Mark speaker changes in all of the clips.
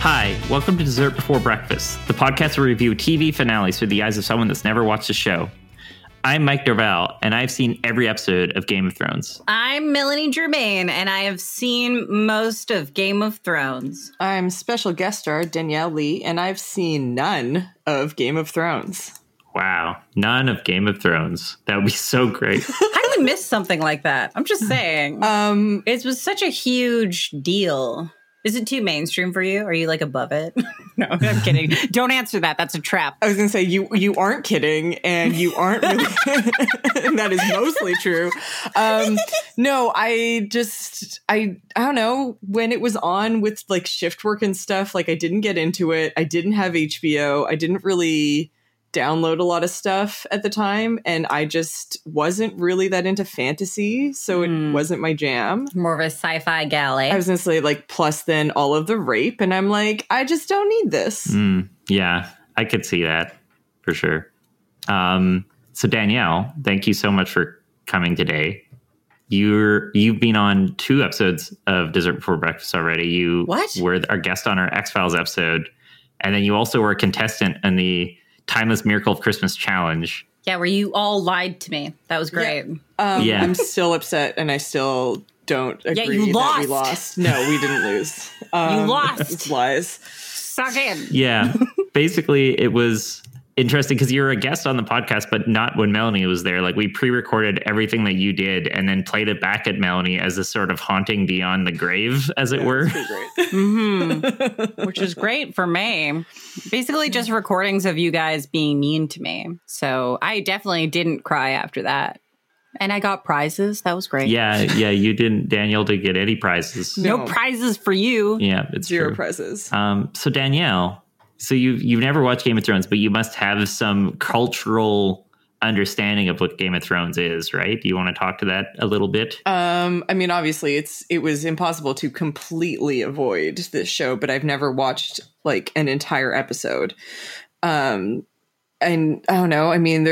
Speaker 1: Hi, welcome to Dessert Before Breakfast, the podcast where we review TV finales through the eyes of someone that's never watched the show. I'm Mike Dorval, and I've seen every episode of Game of Thrones.
Speaker 2: I'm Melanie Germain, and I have seen most of Game of Thrones.
Speaker 3: I'm special guest star Danielle Lee, and I've seen none of Game of Thrones.
Speaker 1: Wow, none of Game of Thrones. That would be so great.
Speaker 2: How do we miss something like that? I'm just saying.
Speaker 3: Um,
Speaker 2: It was such a huge deal. Is it too mainstream for you? Are you like above it? no, I'm kidding. Don't answer that. That's a trap.
Speaker 3: I was gonna say you you aren't kidding, and you aren't really. and that is mostly true. Um, no, I just I I don't know when it was on with like shift work and stuff. Like I didn't get into it. I didn't have HBO. I didn't really download a lot of stuff at the time, and I just wasn't really that into fantasy, so
Speaker 2: Hmm.
Speaker 3: it wasn't my jam.
Speaker 2: More of a sci-fi galley.
Speaker 3: I was gonna say like plus then all of the rape, and I'm like, I just don't need this.
Speaker 1: Mm, yeah, I could see that for sure. Um, so Danielle, thank you so much for coming today. You're you've been on two episodes of Dessert Before Breakfast already. You
Speaker 2: What?
Speaker 1: were our guest on our X Files episode, and then you also were a contestant in the Timeless Miracle of Christmas challenge.
Speaker 2: yeah, where you all lied to me. That was great.
Speaker 3: Um,
Speaker 1: Yeah.
Speaker 3: I'm still upset, and I still don't agree.
Speaker 2: Yeah, you
Speaker 3: that
Speaker 2: lost.
Speaker 3: We lost. No, we didn't lose. Um,
Speaker 2: lost.
Speaker 3: It's lies.
Speaker 2: Suck in.
Speaker 1: Yeah, basically it was interesting because you were a guest on the podcast, but not when Melanie was there. Like we pre-recorded everything that you did and then played it back at Melanie as a sort of haunting beyond the grave, as it were.
Speaker 3: Pretty great.
Speaker 2: Mhm. Which is great for me. Basically, just recordings of you guys being mean to me. So I definitely didn't cry after that. And I got prizes. That was great.
Speaker 1: Yeah, yeah, you didn't, Danielle, did get any prizes.
Speaker 2: No,
Speaker 3: No.
Speaker 2: prizes for you.
Speaker 1: Yeah, it's
Speaker 3: Zero
Speaker 1: true.
Speaker 3: prizes.
Speaker 1: Um, so Danielle, so you you've never watched Game of Thrones, but you must have some cultural understanding of what Game of Thrones is, right? Do you want to talk to that a little bit?
Speaker 3: Um, I mean, obviously, it's it was impossible to completely avoid this show, but I've never watched like an entire episode. Um, and I don't know. I mean,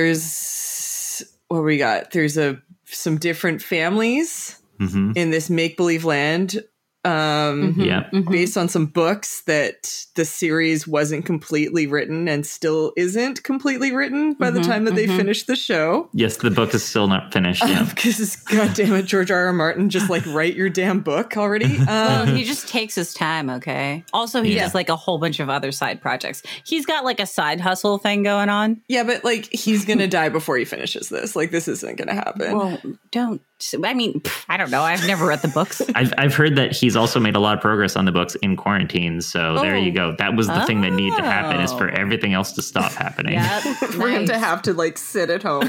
Speaker 3: there's what we got. There's a some different families
Speaker 1: hmm
Speaker 3: in this make believe land. Um,
Speaker 2: Mhm,
Speaker 1: Yeah.
Speaker 2: mhm.
Speaker 3: based on some books that the series wasn't completely written and still isn't completely written by the
Speaker 2: Mhm,
Speaker 3: time that they
Speaker 2: mhm.
Speaker 3: finish the show.
Speaker 1: Yes, the book is still not finished. Yeah.
Speaker 3: Because goddamn it, George R. R. Martin, just like write your damn book already.
Speaker 2: Well,
Speaker 3: Um,
Speaker 2: he just takes his time, okay? Also, he
Speaker 1: Yeah.
Speaker 2: does like a whole bunch of other side projects. He's got like a side hustle thing going on.
Speaker 3: yeah, but like he's gonna die before he finishes this. Like this isn't gonna happen.
Speaker 2: Well, don't. I mean, pff, I don't know. I've never read the books.
Speaker 1: I've, I've heard that he's also made a lot of progress on the books in quarantine. So there
Speaker 3: Oh.
Speaker 1: you go. That was the thing that needed to happen is for
Speaker 2: Oh.
Speaker 1: everything else to stop happening.
Speaker 2: yep.
Speaker 3: for him to
Speaker 2: nice.
Speaker 3: have to like sit at home.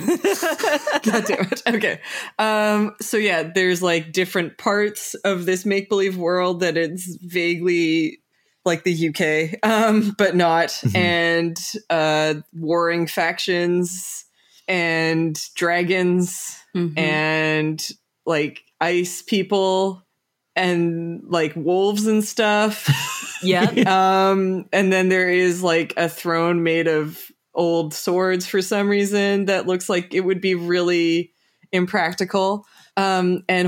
Speaker 3: God damn it. Okay. Um, so yeah, there's like different parts of this make believe world that it's vaguely like the UK, um, but not, and uh, warring factions and dragons
Speaker 2: Mhm.
Speaker 3: and like ice people and like wolves and stuff.
Speaker 2: Yep.
Speaker 3: Um, and then there is like a throne made of old swords for some reason that looks like it would be really impractical um, and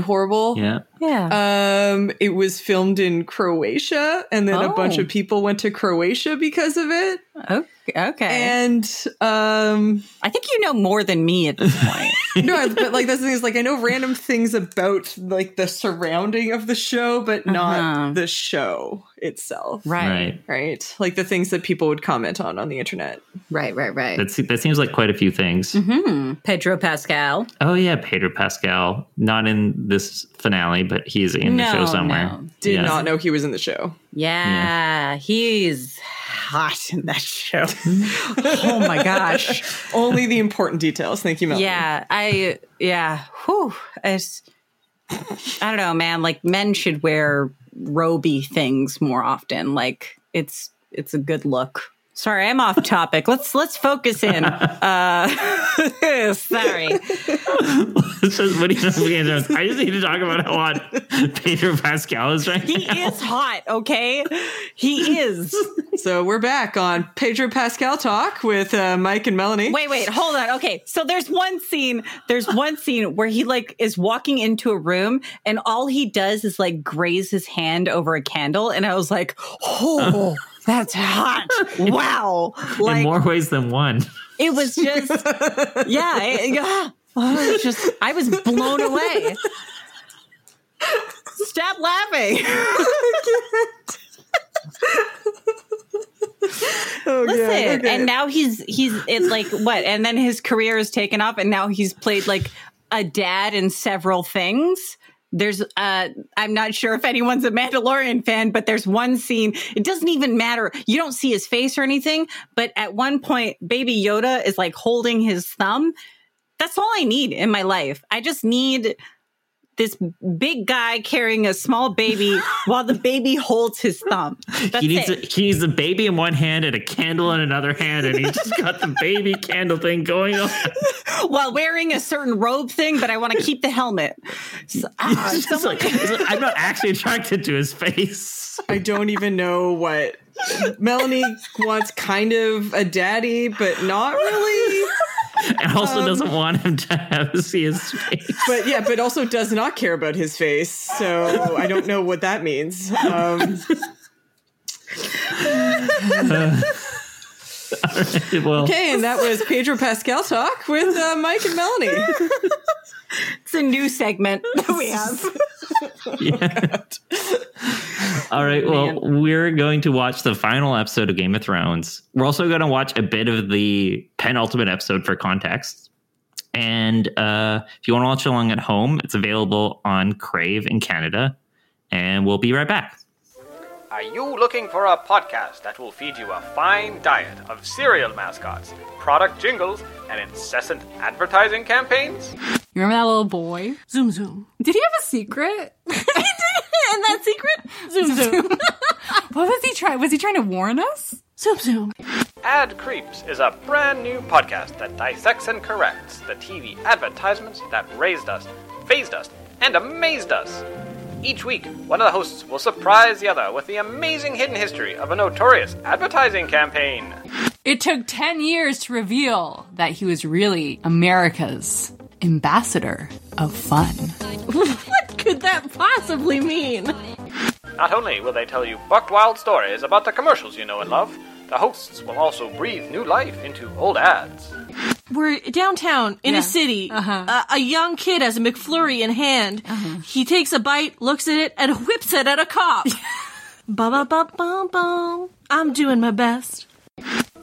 Speaker 3: horrible.
Speaker 1: Yeah.
Speaker 2: Yeah.
Speaker 3: Um, it was filmed in Croatia, and then a bunch
Speaker 2: Oh.
Speaker 3: of people went to Croatia because of it.
Speaker 2: O- Oh, okay.
Speaker 3: And um,
Speaker 2: I think you know more than me at this point.
Speaker 3: no, but like that's the thing is like I know random things about like the surrounding of the show, but
Speaker 2: Uh-huh.
Speaker 3: not the show itself.
Speaker 1: right.
Speaker 3: Right, like the things that people would comment on on the internet.
Speaker 2: Right. Right. Right.
Speaker 1: That, se- that seems like quite a few things.
Speaker 2: hmm Pedro Pascal.
Speaker 1: Oh yeah, Pedro Pascal. Not in this finale, but he's in the
Speaker 2: No,
Speaker 1: show somewhere.
Speaker 2: no.
Speaker 3: Did
Speaker 1: Yeah.
Speaker 3: not know he was in the show.
Speaker 2: Yeah, he's hot in that show. oh my gosh.
Speaker 3: Only the important details. Thank you, Melanie.
Speaker 2: Yeah, I yeah. Whew. It's, I don't know, man. Like men should wear roby things more often. Like it's it's a good look. Sorry, I'm off topic. Let's let's focus in. Uh, sorry.
Speaker 1: It's just- what do you know, Leanne Jones? I just need to talk about how hot Pedro Pascal is right
Speaker 2: He
Speaker 1: now.
Speaker 2: is hot, okay? He is.
Speaker 3: So we're back on Pedro Pascal talk with uh, Mike and Melanie.
Speaker 2: Wait, wait, hold on. Okay. So there's one scene, there's one scene where he like is walking into a room and all he does is like graze his hand over a candle and I was like, "Oh, that's hot. Wow."
Speaker 1: in
Speaker 2: Like
Speaker 1: more ways than one.
Speaker 2: it was just yeah, it- yeah. I was just I was blown away. Stop laughing.
Speaker 3: Oh, yeah,
Speaker 2: Listen,
Speaker 3: okay.
Speaker 2: and now he's he's it like what? And then his career is taken off, and now he's played like a dad in several things. There's uh I'm not sure if anyone's a Mandalorian fan, but there's one scene. It doesn't even matter. You don't see his face or anything, but at one point, baby Yoda is like holding his thumb. That's all I need in my life. I just need this big guy carrying a small baby while the baby holds his thumb. That's
Speaker 1: he needs
Speaker 2: it.
Speaker 1: a, he needs a baby in one hand and a candle in another hand, and he's just got the baby candle thing going on.
Speaker 2: while wearing a certain robe thing, but I want to keep the helmet. So, ah,
Speaker 1: It's just
Speaker 2: someone-
Speaker 1: like- it's like, I'm not actually attracted to his face.
Speaker 3: I don't even know what Melanie wants. Kind of a daddy, but not really.
Speaker 1: And also doesn't want him to have see his face.
Speaker 3: But yeah, but also does not care about his face. So I don't know what that means. Um,
Speaker 1: Well,
Speaker 3: okay, and that was Pedro Pascal talk with uh, Mike and Melanie.
Speaker 2: it's a new segment that we have.
Speaker 1: yeah. All right. Well, we're going to watch the final episode of Game of Thrones. We're also going to watch a bit of the penultimate episode for context. And uh, if you want to watch along at home, it's available on Crave in Canada. And we'll be right back.
Speaker 4: Are you looking for a podcast that will feed you a fine diet of cereal mascots, product jingles, and incessant advertising campaigns?
Speaker 5: You remember that little boy?
Speaker 6: Zoom zoom.
Speaker 5: Did he have a secret? and that secret? Zoom zoom. what was he trying? Was he trying to warn us?
Speaker 6: Zoom zoom.
Speaker 4: Ad Creeps is a brand new podcast that dissects and corrects the TV advertisements that raised us, phased us, and amazed us. Each week, one of the hosts will surprise the other with the amazing hidden history of a notorious advertising campaign.
Speaker 5: It took 10 years to reveal that he was really America's ambassador of fun.
Speaker 6: What could that possibly mean?
Speaker 4: Not only will they tell you buck wild stories about the commercials you know and love, the hosts will also breathe new life into old ads.
Speaker 6: We're downtown in
Speaker 5: Yeah.
Speaker 6: a city. Uh-huh. A, young kid has a McFlurry in hand.
Speaker 5: Uh-huh.
Speaker 6: He takes a bite, looks at it, and whips it at a cop. ba ba ba ba ba. I'm doing my best.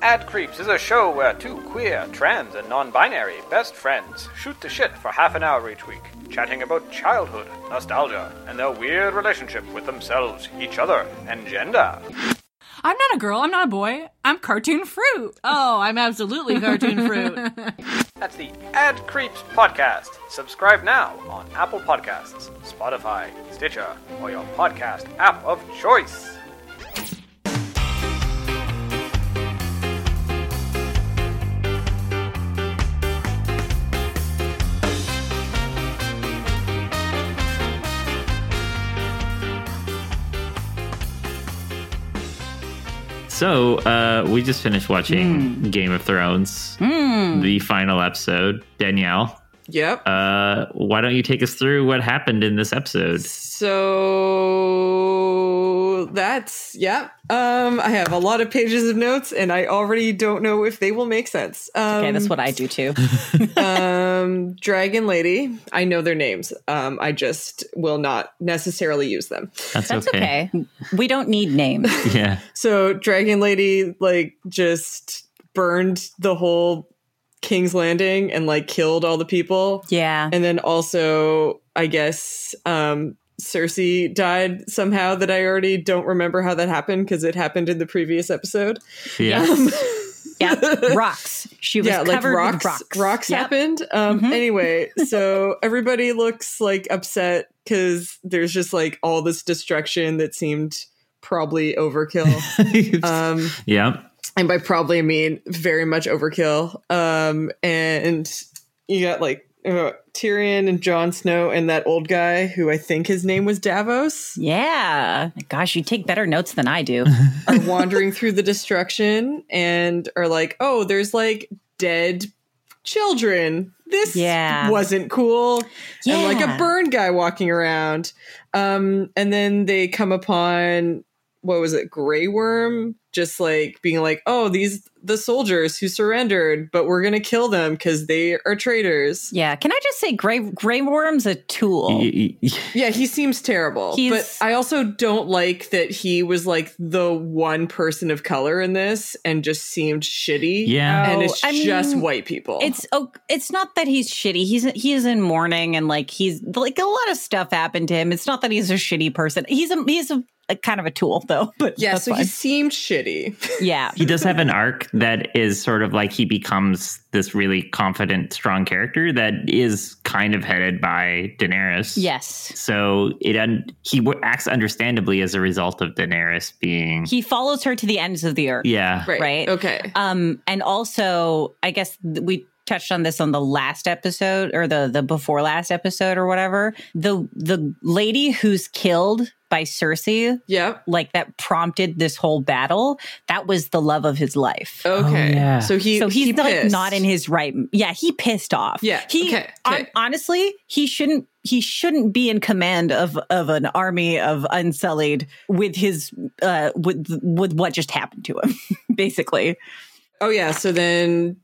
Speaker 4: Ad Creeps is a show where two queer, trans, and non binary best friends shoot the shit for half an hour each week, chatting about childhood, nostalgia, and their weird relationship with themselves, each other, and gender.
Speaker 5: I'm not a girl, I'm not a boy, I'm cartoon fruit.
Speaker 6: Oh, I'm absolutely cartoon fruit.
Speaker 4: That's the Ad Creeps podcast. Subscribe now on Apple Podcasts, Spotify, Stitcher, or your podcast app of choice.
Speaker 1: So uh, we just finished watching Game of Thrones, the final episode. Danielle,
Speaker 3: Yep.
Speaker 1: uh, why don't you take us through what happened in this episode?
Speaker 3: So that's yeah. Um, I have a lot of pages of notes, and I already don't know if they will make sense. Um,
Speaker 2: Okay, that's what I do too.
Speaker 3: um, Dragon Lady. I know their names. Um, I just will not necessarily use them.
Speaker 1: That's,
Speaker 2: That's okay. We don't need names.
Speaker 1: Yeah.
Speaker 3: So Dragon Lady like just burned the whole King's Landing and like killed all the people.
Speaker 2: Yeah.
Speaker 3: And then also, I guess um, Cersei died somehow that I already don't remember how that happened because it happened in the previous episode.
Speaker 1: Yeah.
Speaker 2: Yeah. Rocks. She was
Speaker 3: yeah, like
Speaker 2: covered
Speaker 3: rocks.
Speaker 2: with rocks.
Speaker 3: rocks
Speaker 2: Yep. Mm-hmm.
Speaker 3: happened. Um, Anyway, so everybody looks like upset because there's just like all this destruction that seemed probably overkill. Um,
Speaker 1: yeah.
Speaker 3: and by probably I mean very much overkill. Um, and you got like uh, Tyrion and Jon Snow and that old guy who I think his name was Davos
Speaker 2: Yeah. Gosh, you take better notes than I do.
Speaker 3: are wandering through the destruction and are like, oh, there's like dead children. This
Speaker 2: Yeah.
Speaker 3: wasn't cool. And like
Speaker 2: Yeah.
Speaker 3: a burn guy walking around. Um, and then they come upon what was it, Grey Worm? Just like being like, oh, these the soldiers who surrendered, but we're gonna kill them because they are traitors.
Speaker 2: yeah. Can I just say, Grey, Grey Worm's a tool?
Speaker 1: Y- y-
Speaker 3: Yeah, he seems terrible.
Speaker 2: He's-
Speaker 3: but I also don't like that he was like the one person of color in this and just seemed shitty.
Speaker 1: Yeah.
Speaker 3: And
Speaker 2: No,
Speaker 3: it's
Speaker 2: I
Speaker 3: just
Speaker 2: mean,
Speaker 3: white people.
Speaker 2: It's oh, it's not that he's shitty. He's he is in mourning and like he's like a lot of stuff happened to him. It's not that he's a shitty person. He's a he's a, a kind of a tool though. But
Speaker 3: yeah,
Speaker 2: that's
Speaker 3: so he
Speaker 2: fine.
Speaker 3: seemed shitty.
Speaker 2: yeah.
Speaker 1: He does have an arc that is sort of like he becomes this really confident, strong character that is kind of headed by Daenerys.
Speaker 2: Yes.
Speaker 1: So it un- he w- acts understandably as a result of Daenerys being
Speaker 2: He follows her to the ends of the earth.
Speaker 1: yeah
Speaker 3: Right.
Speaker 2: Right.
Speaker 3: Okay.
Speaker 2: Um, and also, I guess th- we touched on this on the last episode or the the before last episode or whatever. The the lady who's killed by Cersei,
Speaker 3: Yep.
Speaker 2: like that prompted this whole battle. That was the love of his life.
Speaker 3: Okay.
Speaker 1: Oh, yeah.
Speaker 3: So he
Speaker 2: so he's
Speaker 3: he
Speaker 2: like
Speaker 3: pissed.
Speaker 2: not in his right. Yeah, he pissed off.
Speaker 3: Yeah,
Speaker 2: he
Speaker 3: okay,
Speaker 2: hon-
Speaker 3: okay.
Speaker 2: honestly he shouldn't he shouldn't be in command of of an army of unsullied with his uh with with what just happened to him basically.
Speaker 3: Oh yeah. So then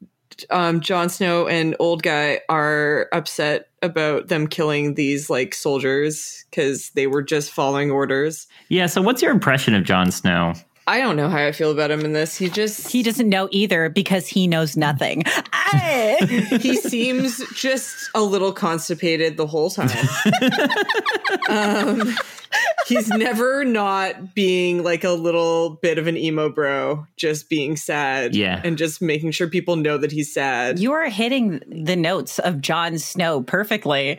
Speaker 3: um Jon Snow and old guy are upset about them killing these like soldiers because they were just following orders.
Speaker 1: yeah. So what's your impression of Jon Snow?
Speaker 3: I don't know how I feel about him in this. He just
Speaker 2: He doesn't know either because he knows nothing. Aye.
Speaker 3: he seems just a little constipated the whole time. um, he's never not being like a little bit of an emo bro, just being sad.
Speaker 1: Yeah.
Speaker 3: And just making sure people know that he's sad.
Speaker 2: you are hitting the notes of Jon Snow perfectly.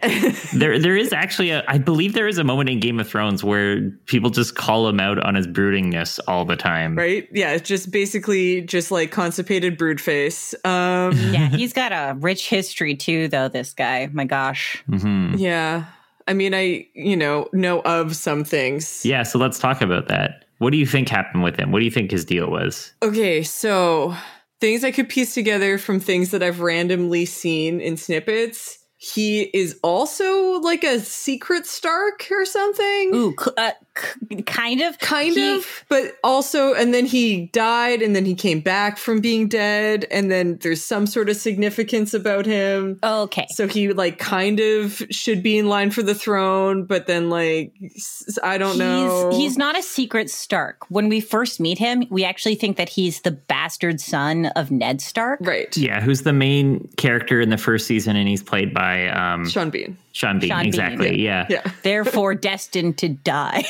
Speaker 1: There there is actually a I believe there is a moment in Game of Thrones where people just call him out on his broodingness all the time.
Speaker 3: right? Yeah. It's just basically just like constipated brood face. Um,
Speaker 2: yeah, he's got a rich history too, though, this guy. My gosh.
Speaker 3: Mm.
Speaker 1: hmm
Speaker 3: yeah. I mean, I, you know, know of some things.
Speaker 1: Yeah. So let's talk about that. What do you think happened with him? What do you think his deal was?
Speaker 3: Okay, so things I could piece together from things that I've randomly seen in snippets. He is also like a secret Stark or something.
Speaker 2: Ooh, c- uh, c- kind of.
Speaker 3: Kind
Speaker 2: He-
Speaker 3: of, but also, and then he died, and then he came back from being dead, and then there's some sort of significance about him.
Speaker 2: Okay.
Speaker 3: So he, like, kind of should be in line for the throne, but then, like, s- I don't
Speaker 2: he's,
Speaker 3: know.
Speaker 2: He's not a secret Stark. When we first meet him, we actually think that he's the bastard son of Ned Stark.
Speaker 3: right.
Speaker 1: Yeah, who's the main character in the first season, and he's played by um,
Speaker 3: Sean Bean.
Speaker 1: Sean Bean.
Speaker 2: Sean Bean.
Speaker 1: exactly. Yeah.
Speaker 3: Yeah.
Speaker 2: Therefore, destined to die.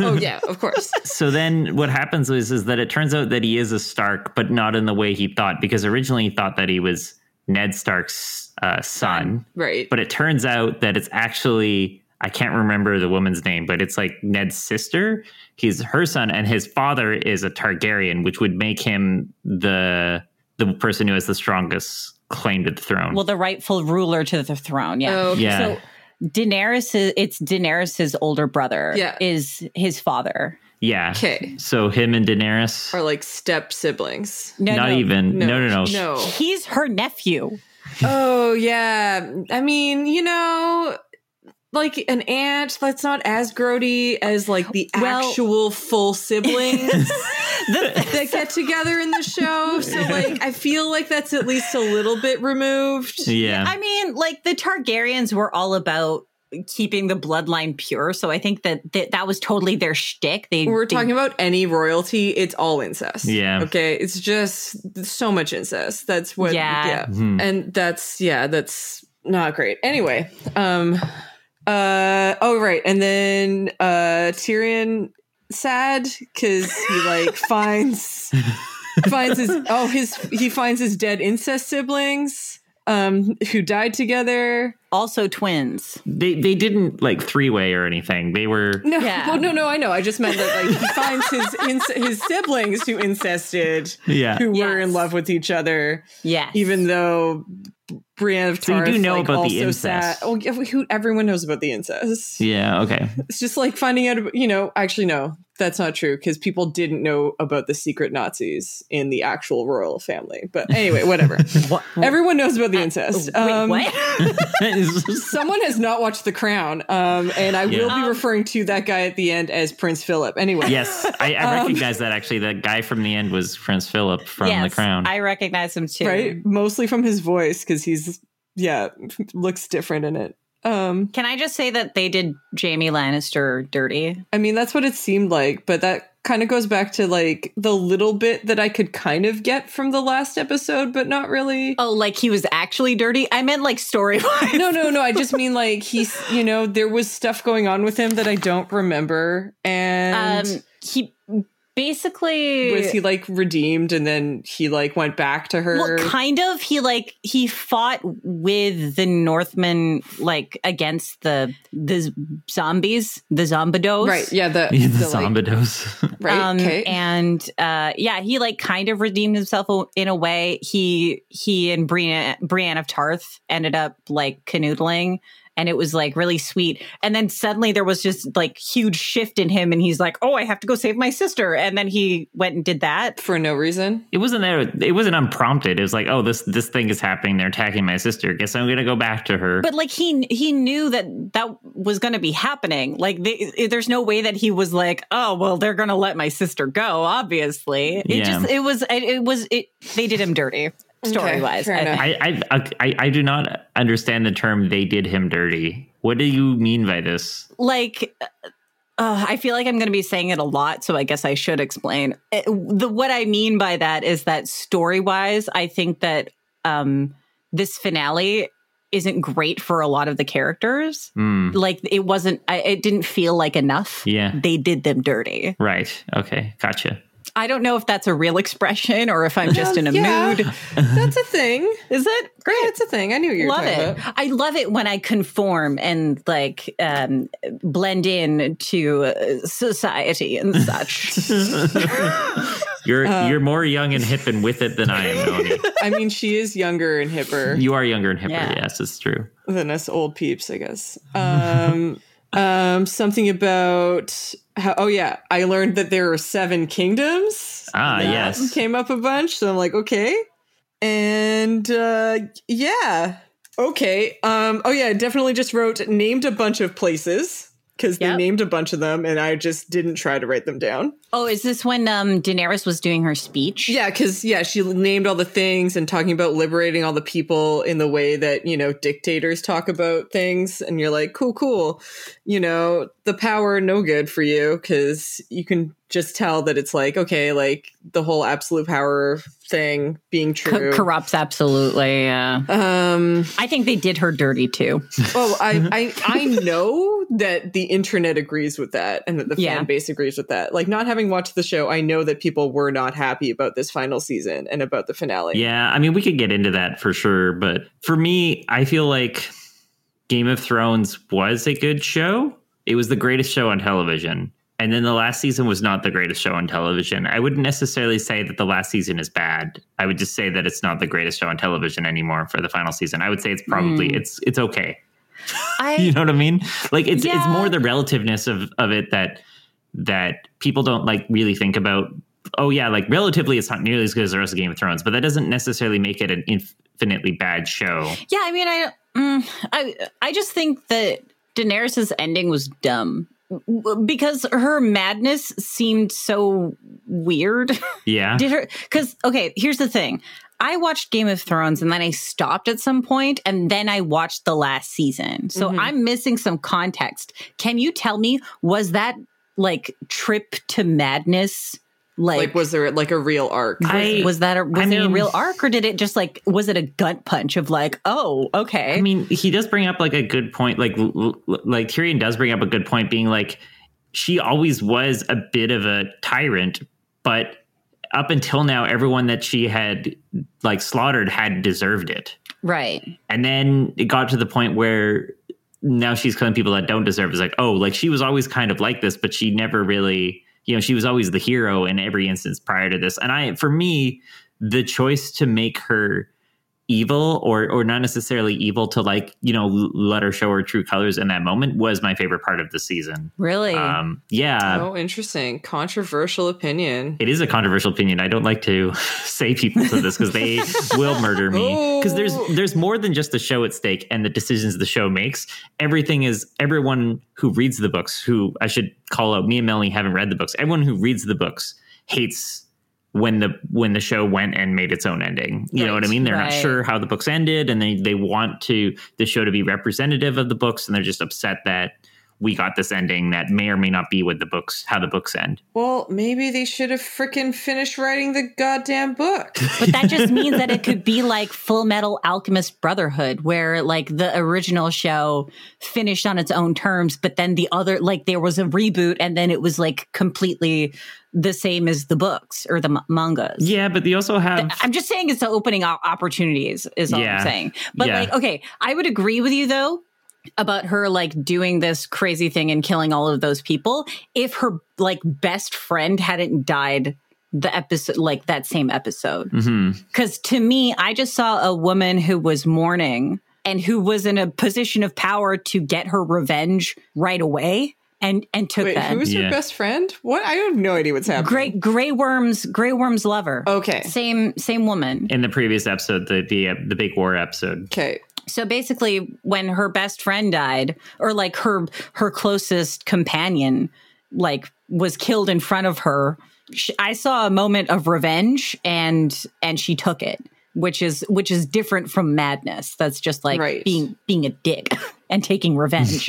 Speaker 3: Oh, yeah, of course.
Speaker 1: So then, what happens is is that it turns out that he is a Stark, but not in the way he thought, because originally he thought that he was Ned Stark's uh, son,
Speaker 3: Right.
Speaker 1: but it turns out that it's actually I can't remember the woman's name, but it's like Ned's sister. He's her son, and his father is a Targaryen, which would make him the the person who has the strongest claim to the throne.
Speaker 2: well, the rightful ruler to the throne. Yeah.
Speaker 3: Oh,
Speaker 1: yeah.
Speaker 2: So Daenerys, is, it's Daenerys's older brother.
Speaker 3: Yeah.
Speaker 2: is his father.
Speaker 1: yeah.
Speaker 3: okay.
Speaker 1: So him and Daenerys,
Speaker 3: are like step siblings.
Speaker 2: No,
Speaker 1: not
Speaker 2: no,
Speaker 1: even. No, no, no.
Speaker 3: No.
Speaker 2: He's her nephew.
Speaker 3: oh, yeah. I mean, you know, like an aunt that's not as grody as like the
Speaker 2: Well-
Speaker 3: actual full siblings that get together in the show. So, like, I feel like that's at least a little bit removed.
Speaker 1: Yeah.
Speaker 2: I mean, like the Targaryens were all about keeping the bloodline pure, so I think that that, that was totally their shtick. They
Speaker 3: When we're
Speaker 2: they-
Speaker 3: talking about any royalty, it's all incest.
Speaker 1: Yeah.
Speaker 3: Okay. It's just so much incest. That's what
Speaker 2: Yeah.
Speaker 3: yeah.
Speaker 1: Mhm.
Speaker 3: And that's yeah, that's not great. Anyway, um uh oh right. And then uh Tyrion sad cuz he like finds finds his oh his he finds his dead incest siblings. um, who died together.
Speaker 2: Also twins.
Speaker 1: They they didn't like three way or anything. They were
Speaker 3: No,
Speaker 2: Yeah.
Speaker 3: well, no, no. I know. I just meant that like he finds his inc- his siblings who incested,
Speaker 1: Yeah.
Speaker 3: who were
Speaker 2: Yes.
Speaker 3: in love with each other,
Speaker 2: Yes.
Speaker 3: even though Brienne of
Speaker 1: So you
Speaker 3: Tarth.
Speaker 1: do know
Speaker 3: like,
Speaker 1: about the
Speaker 3: also
Speaker 1: incest.
Speaker 3: Sat, oh, yeah, who everyone knows about the incest.
Speaker 1: yeah okay.
Speaker 3: It's just like finding out. About, you know, actually, no, that's not true because people didn't know about the secret Nazis in the actual royal family. But anyway, whatever.
Speaker 1: What?
Speaker 3: everyone knows about the incest. Um,
Speaker 2: Uh, Wait, what?
Speaker 3: Someone has not watched The Crown, um, and I will be referring to that guy at the end as Prince Philip. Anyway,
Speaker 1: yes, I, I recognize that actually. That guy from the end was Prince Philip from
Speaker 2: yes,
Speaker 1: The Crown.
Speaker 2: I recognize him too.
Speaker 3: right? Mostly from his voice because he's yeah looks different in it. Um,
Speaker 2: Can I just say that they did Jamie Lannister dirty?
Speaker 3: I mean that's what it seemed like, but that kind of goes back to like the little bit that I could kind of get from the last episode, but not really.
Speaker 2: Oh, like he was actually dirty? I meant like story wise.
Speaker 3: No, no, no. I just mean like he's, you know, there was stuff going on with him that I don't remember,
Speaker 2: Um,
Speaker 3: and
Speaker 2: he basically
Speaker 3: was he like redeemed, and then he like went back to her.
Speaker 2: Well, kind of. He like he fought with the Northmen, like against the the zombies, the zombidos,
Speaker 3: Right. Yeah. The,
Speaker 1: Yeah, the,
Speaker 3: the, like,
Speaker 1: Zombidos.
Speaker 3: right.
Speaker 2: Um,
Speaker 3: okay.
Speaker 2: and uh, yeah, he like kind of redeemed himself o- in a way. He he and Brienne Brienne of Tarth ended up like canoodling, and it was like really sweet. And then suddenly there was just like huge shift in him, and he's like, "Oh, I have to go save my sister," and then he went and did that.
Speaker 3: for no reason.
Speaker 1: it wasn't there. It wasn't unprompted. It was like, oh, this this thing is happening. They're attacking my sister. Guess I'm gonna go back to her.
Speaker 2: But like he he knew that that was going to be happening. Like they, there's no way that he was like, "Oh, well, they're going to let my sister go." Obviously, it
Speaker 1: Yeah.
Speaker 2: just it was it, it was it. They did him dirty story wise.
Speaker 3: fair enough.
Speaker 1: I, I I I do not understand the term. They did him dirty. What do you mean by this?
Speaker 2: like uh, I feel like I'm going to be saying it a lot, so I guess I should explain. It- the what I mean by that is that story wise, I think that um, this finale isn't great for a lot of the characters.
Speaker 1: Hmm.
Speaker 2: Like it wasn't, I, it didn't feel like enough.
Speaker 1: Yeah.
Speaker 2: they did them dirty.
Speaker 1: Right. Okay. Gotcha.
Speaker 2: I don't know if that's a real expression or if I'm just in a
Speaker 3: Yeah.
Speaker 2: mood.
Speaker 3: That's a thing.
Speaker 2: Is it
Speaker 3: Yeah,
Speaker 2: great?
Speaker 3: it's a thing. I knew what you were
Speaker 2: love
Speaker 3: talking
Speaker 2: it.
Speaker 3: about.
Speaker 2: I love it when I conform and like um, blend in to uh, society and such.
Speaker 1: You're you're more young and hip and with it than I am. Melanie.
Speaker 3: I mean, she is younger and hipper
Speaker 1: you are younger and hipper.
Speaker 2: Yeah.
Speaker 1: Yes, it's true.
Speaker 3: than us old peeps, I guess. Um, um, something about how, oh yeah, I learned that there are seven kingdoms.
Speaker 1: Ah,
Speaker 3: That
Speaker 1: yes.
Speaker 3: Came up a bunch. So I'm like, okay. And uh, yeah. Okay. Um, oh yeah, I definitely just wrote named a bunch of places because
Speaker 2: Yep.
Speaker 3: they named a bunch of them and I just didn't try to write them down.
Speaker 2: oh, is this when um, Daenerys was doing her speech?
Speaker 3: Yeah, because yeah, she named all the things and talking about liberating all the people in the way that you know dictators talk about things, and you're like, cool, cool. You know, the power no good for you because you can just tell that it's like okay, like the whole absolute power thing being true.
Speaker 2: Co- corrupts absolutely. Yeah.
Speaker 3: um.
Speaker 2: I think they did her dirty too.
Speaker 3: Oh, I, I I know that the internet agrees with that, and that the
Speaker 2: Yeah.
Speaker 3: fan base agrees with that. Like not having watched the show, I know that people were not happy about this final season and about the finale.
Speaker 1: Yeah, I mean, we could get into that for sure. But for me, I feel like Game of Thrones was a good show. It was the greatest show on television. And then the last season was not the greatest show on television. I wouldn't necessarily say that the last season is bad. I would just say that it's not the greatest show on television anymore for the final season. I would say it's probably it's it's okay.
Speaker 2: I
Speaker 1: You know what I mean? Like it's it's
Speaker 2: Yeah.
Speaker 1: more the relativeness of of it that that people don't like really think about. Oh yeah, like relatively, it's not nearly as good as the rest of Game of Thrones, but that doesn't necessarily make it an infinitely bad show.
Speaker 2: yeah. I mean, I mm, I I just think that Daenerys's ending was dumb W- because her madness seemed so weird.
Speaker 1: Yeah,
Speaker 2: Did her because okay, here's the thing. I watched Game of Thrones and then I stopped at some point and then I watched the last season. So
Speaker 1: Mm-hmm.
Speaker 2: I'm missing some context. Can you tell me was that like trip to madness like,
Speaker 3: Like, was there like a real arc?
Speaker 1: I
Speaker 2: was that a was
Speaker 1: I
Speaker 2: there
Speaker 1: mean-
Speaker 2: a real arc or did it just like was it a gut punch of like, oh, okay.
Speaker 1: I mean, he does bring up like a good point. Like, l- l- like Tyrion does bring up a good point, being like, she always was a bit of a tyrant, but up until now, everyone that she had like slaughtered had deserved it.
Speaker 2: Right.
Speaker 1: And then it got to the point where now she's killing people that don't deserve. It's like, oh, like she was always kind of like this, but she never really, you know, she was always the hero in every instance prior to this. And I, for me, the choice to make her evil or or not necessarily evil to like you know l- let her show her true colors in that moment was my favorite part of the season
Speaker 2: Really?
Speaker 1: um yeah
Speaker 3: oh, interesting. Controversial opinion.
Speaker 1: it is a controversial opinion. I don't like to say people to this because they will murder me. Because there's there's more than just the show at stake and the decisions the show makes. Everything is everyone who reads the books, who I should call out, me and Melanie haven't read the books. Everyone who reads the books hates when the when the show went and made its own ending. You know what I mean? They're not
Speaker 2: right.
Speaker 1: sure how the books ended and they, they want to the show to be representative of the books and they're just upset that we got this ending that may or may not be what the books how the books end.
Speaker 3: Well, maybe they should have freaking finished writing the goddamn book.
Speaker 2: But that just means that it could be like Full Metal Alchemist Brotherhood, where like the original show finished on its own terms, but then the other, like there was a reboot and then it was like completely the same as the books or the m- mangas.
Speaker 1: Yeah, but they also have
Speaker 2: I'm just saying it's the opening o- opportunities is all
Speaker 1: Yeah.
Speaker 2: I'm saying. But
Speaker 1: Yeah.
Speaker 2: like, okay, I would agree with you though about her like doing this crazy thing and killing all of those people if her like best friend hadn't died the episode like that same episode
Speaker 1: Mhm.
Speaker 2: because to me i just saw a woman who was mourning and who was in a position of power to get her revenge right away and and took
Speaker 3: Wait,
Speaker 2: that
Speaker 3: who's
Speaker 1: Yeah.
Speaker 3: her best friend? What? I have no idea what's happening.
Speaker 2: gray gray worms gray worms lover
Speaker 3: Okay.
Speaker 2: same same woman
Speaker 1: in the previous episode, the the, uh, the big war episode.
Speaker 3: Okay.
Speaker 2: so basically when her best friend died or like her her closest companion like was killed in front of her sh i saw a moment of revenge and and she took it which is which is different from madness that's just like
Speaker 3: Right.
Speaker 2: being being a dick and taking revenge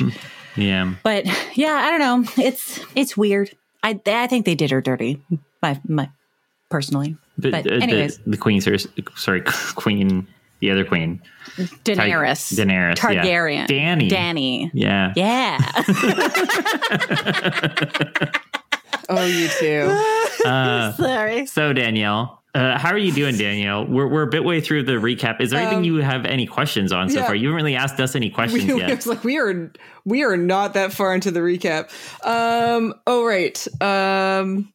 Speaker 1: Yeah,
Speaker 2: but yeah i don't know it's it's weird i i think they did her dirty my my personally but,
Speaker 1: but, uh,
Speaker 2: anyways
Speaker 1: the, the queen, sorry, sorry, queen, the other queen, Ty-
Speaker 2: daenerys
Speaker 1: Daenerys, yeah.
Speaker 2: targaryen
Speaker 1: Danny,
Speaker 2: danny
Speaker 1: yeah.
Speaker 2: yeah
Speaker 3: Oh, you too.
Speaker 1: Uh,
Speaker 2: sorry
Speaker 1: so Danielle, uh, how are you doing, Danielle? We're we're a bit way through the recap. Is there anything you have any questions on so
Speaker 3: Um, yeah.
Speaker 1: far? You haven't really asked us any questions
Speaker 3: we,
Speaker 1: yet.
Speaker 3: it's like we are we are not that far into the recap. Um. Oh right. Um.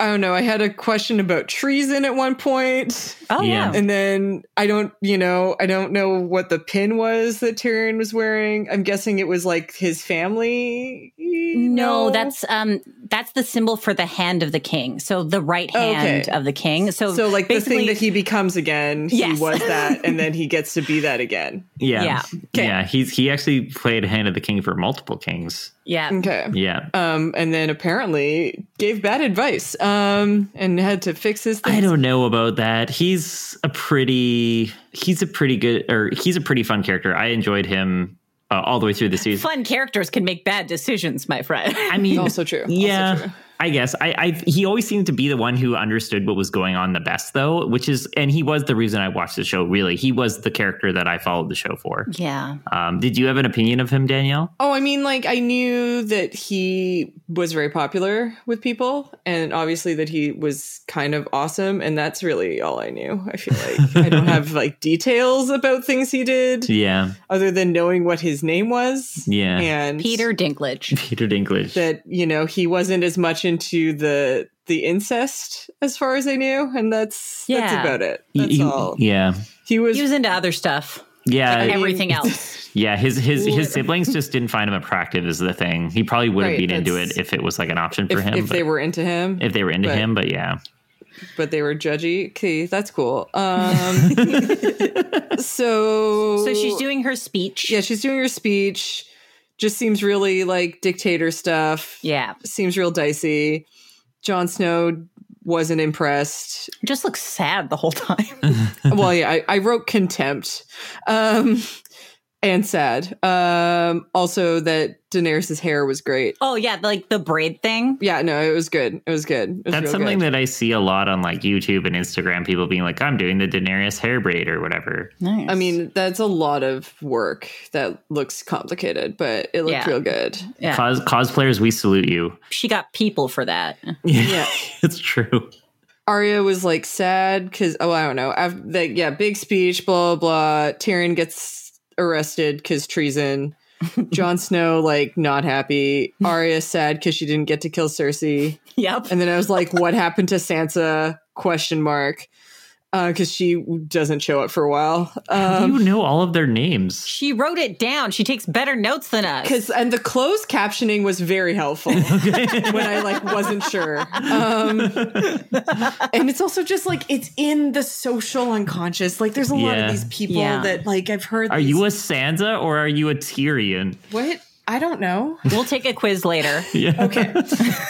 Speaker 3: I don't know. I had a question about treason at one point,
Speaker 2: oh
Speaker 1: Yeah.
Speaker 2: yeah
Speaker 3: and then I don't. You know, I don't know what the pin was that Tyrion was wearing. I'm guessing it was like his family.
Speaker 2: No, that's um that's the symbol for the hand of the king. So the right
Speaker 3: Okay.
Speaker 2: hand of the king. So
Speaker 3: so like the
Speaker 2: basically-
Speaker 3: thing that he becomes again.
Speaker 2: Yes.
Speaker 3: He was that, and then he gets to be that again.
Speaker 1: Yeah,
Speaker 2: Yeah.
Speaker 1: yeah. He's he actually played Hand of the King for multiple kings.
Speaker 2: yeah.
Speaker 3: Okay.
Speaker 1: Yeah.
Speaker 3: um, and then apparently gave bad advice um, and had to fix his things.
Speaker 1: I don't know about that. He's a pretty he's a pretty good or he's a pretty fun character. I enjoyed him uh, all the way through the season.
Speaker 2: Fun characters can make bad decisions, my friend.
Speaker 1: I mean,
Speaker 3: Also true. Also
Speaker 1: yeah.
Speaker 3: true.
Speaker 1: I guess I, I he always seemed to be the one who understood what was going on the best though, which is and he was the reason I watched the show really. He was the character that I followed the show for.
Speaker 2: yeah.
Speaker 1: Um, did you have an opinion of him, Danielle?
Speaker 3: Oh, I mean, like I knew that he was very popular with people, and obviously that he was kind of awesome, and that's really all I knew. I feel like I don't have like details about things he did
Speaker 1: Yeah.
Speaker 3: other than knowing what his name was.
Speaker 1: Yeah.
Speaker 3: and
Speaker 2: Peter Dinklage.
Speaker 1: Peter Dinklage.
Speaker 3: that you know he wasn't as much into the the incest as far as I knew, and that's that's
Speaker 2: Yeah.
Speaker 3: about it.
Speaker 1: He-
Speaker 3: That's
Speaker 1: he-
Speaker 3: all.
Speaker 1: Yeah.
Speaker 3: He was
Speaker 2: He was into other stuff.
Speaker 1: Yeah.
Speaker 3: mean-
Speaker 2: Everything else.
Speaker 1: Yeah, his his
Speaker 3: Or-
Speaker 1: his siblings just didn't find him attractive is the thing. He probably would have
Speaker 3: Right,
Speaker 1: been into it
Speaker 3: that's-
Speaker 1: if it was like an option for
Speaker 3: if,
Speaker 1: him.
Speaker 3: if
Speaker 1: but-
Speaker 3: they were into him,
Speaker 1: if they were into
Speaker 3: but-
Speaker 1: him, but yeah,
Speaker 3: but they were judgy. Okay, that's cool. Um, so
Speaker 2: So she's doing her speech.
Speaker 3: yeah, she's doing her speech. Just seems really like dictator stuff.
Speaker 2: Yeah.
Speaker 3: seems real dicey. Jon Snow wasn't impressed.
Speaker 2: Just looks sad the whole time.
Speaker 3: well, yeah, I, I wrote contempt um, and sad. Um, also, that Daenerys' hair was great.
Speaker 2: oh yeah, like the braid thing.
Speaker 3: Yeah, no, it was good. It was good. It was
Speaker 1: that's
Speaker 3: real
Speaker 1: something
Speaker 3: good.
Speaker 1: that I see a lot on like YouTube and Instagram. People being like, "I'm doing the Daenerys hair braid or whatever."
Speaker 2: Nice.
Speaker 3: I mean, that's a lot of work that looks complicated, but it looked
Speaker 2: Yeah.
Speaker 3: real good.
Speaker 2: Yeah.
Speaker 1: Cos- cosplayers, we salute you.
Speaker 2: she got people for that.
Speaker 1: Yeah, it's true.
Speaker 3: Arya was like sad because oh I don't know I've, like yeah big speech blah blah. blah. Tyrion gets arrested because treason. Jon Snow like not happy. Arya sad because she didn't get to kill Cersei.
Speaker 2: Yep.
Speaker 3: And then I was like, what happened to Sansa? Question mark. Because she doesn't show up for a while.
Speaker 1: How do
Speaker 3: Um,
Speaker 1: you know all of their names?
Speaker 2: She wrote it down. She takes better notes than us.
Speaker 3: Cause and the closed captioning was very helpful when I like wasn't sure. Um, and it's also just like it's in the social unconscious. Like there's a lot
Speaker 1: Yeah.
Speaker 3: of these people
Speaker 2: Yeah.
Speaker 3: that like I've heard.
Speaker 1: Are
Speaker 3: these-
Speaker 1: you a Sansa or are you a Tyrion?
Speaker 3: what? I don't know.
Speaker 2: We'll take a quiz later.
Speaker 1: Yeah.
Speaker 3: Okay.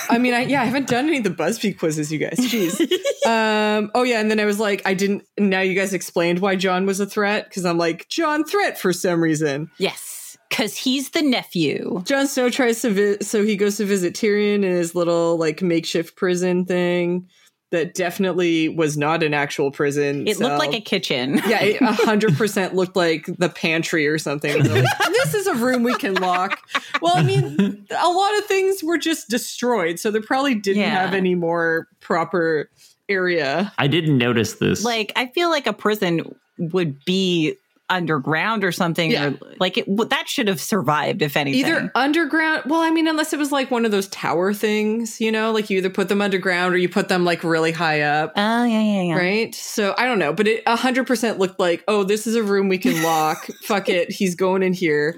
Speaker 3: I mean, I, yeah, I haven't done any of the BuzzFeed quizzes, you guys. Jeez. um, oh yeah, and then I was like, I didn't. Now you guys explained why John was a threat because I'm like John threat for some reason.
Speaker 2: Yes. Because he's the nephew.
Speaker 3: Jon Snow tries to vi- so he goes to visit Tyrion in his little like makeshift prison thing that definitely was not an actual prison.
Speaker 2: It
Speaker 3: so-
Speaker 2: looked like a kitchen.
Speaker 3: yeah, it a hundred percent looked like the pantry or something. They're like, this is a room we can lock. Well, I mean, a lot of things were just destroyed, so they probably didn't
Speaker 2: Yeah.
Speaker 3: have any more proper area.
Speaker 1: I didn't notice this.
Speaker 2: Like, I feel like a prison would be underground or something.
Speaker 3: Yeah.
Speaker 2: Or, like, it, w- that should have survived, if anything.
Speaker 3: Either underground. Well, I mean, unless it was like one of those tower things, you know, like you either put them underground or you put them like really high up.
Speaker 2: Oh, yeah, yeah, yeah.
Speaker 3: right? So I don't know, but it 100% looked like, oh, this is a room we can lock. Fuck it, he's going in here.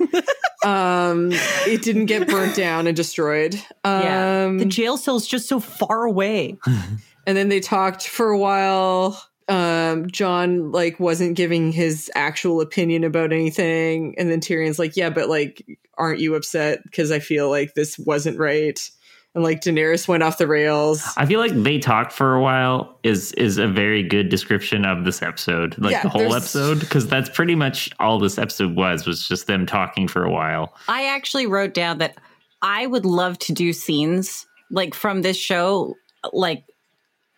Speaker 3: Um, it didn't get burnt down and destroyed.
Speaker 2: Yeah.
Speaker 3: Um,
Speaker 2: the jail cell's just so far away.
Speaker 3: and then they talked for a while. Um, John like wasn't giving his actual opinion about anything, and then Tyrion's like, "Yeah, but like, aren't you upset? Because I feel like this wasn't right." And like Daenerys went off the rails.
Speaker 1: I feel like they talked for a while is is a very good description of this episode, like
Speaker 3: Yeah,
Speaker 1: the whole
Speaker 3: there's-
Speaker 1: episode, because that's pretty much all this episode was was just them talking for a while.
Speaker 2: I actually wrote down that I would love to do scenes like from this show, like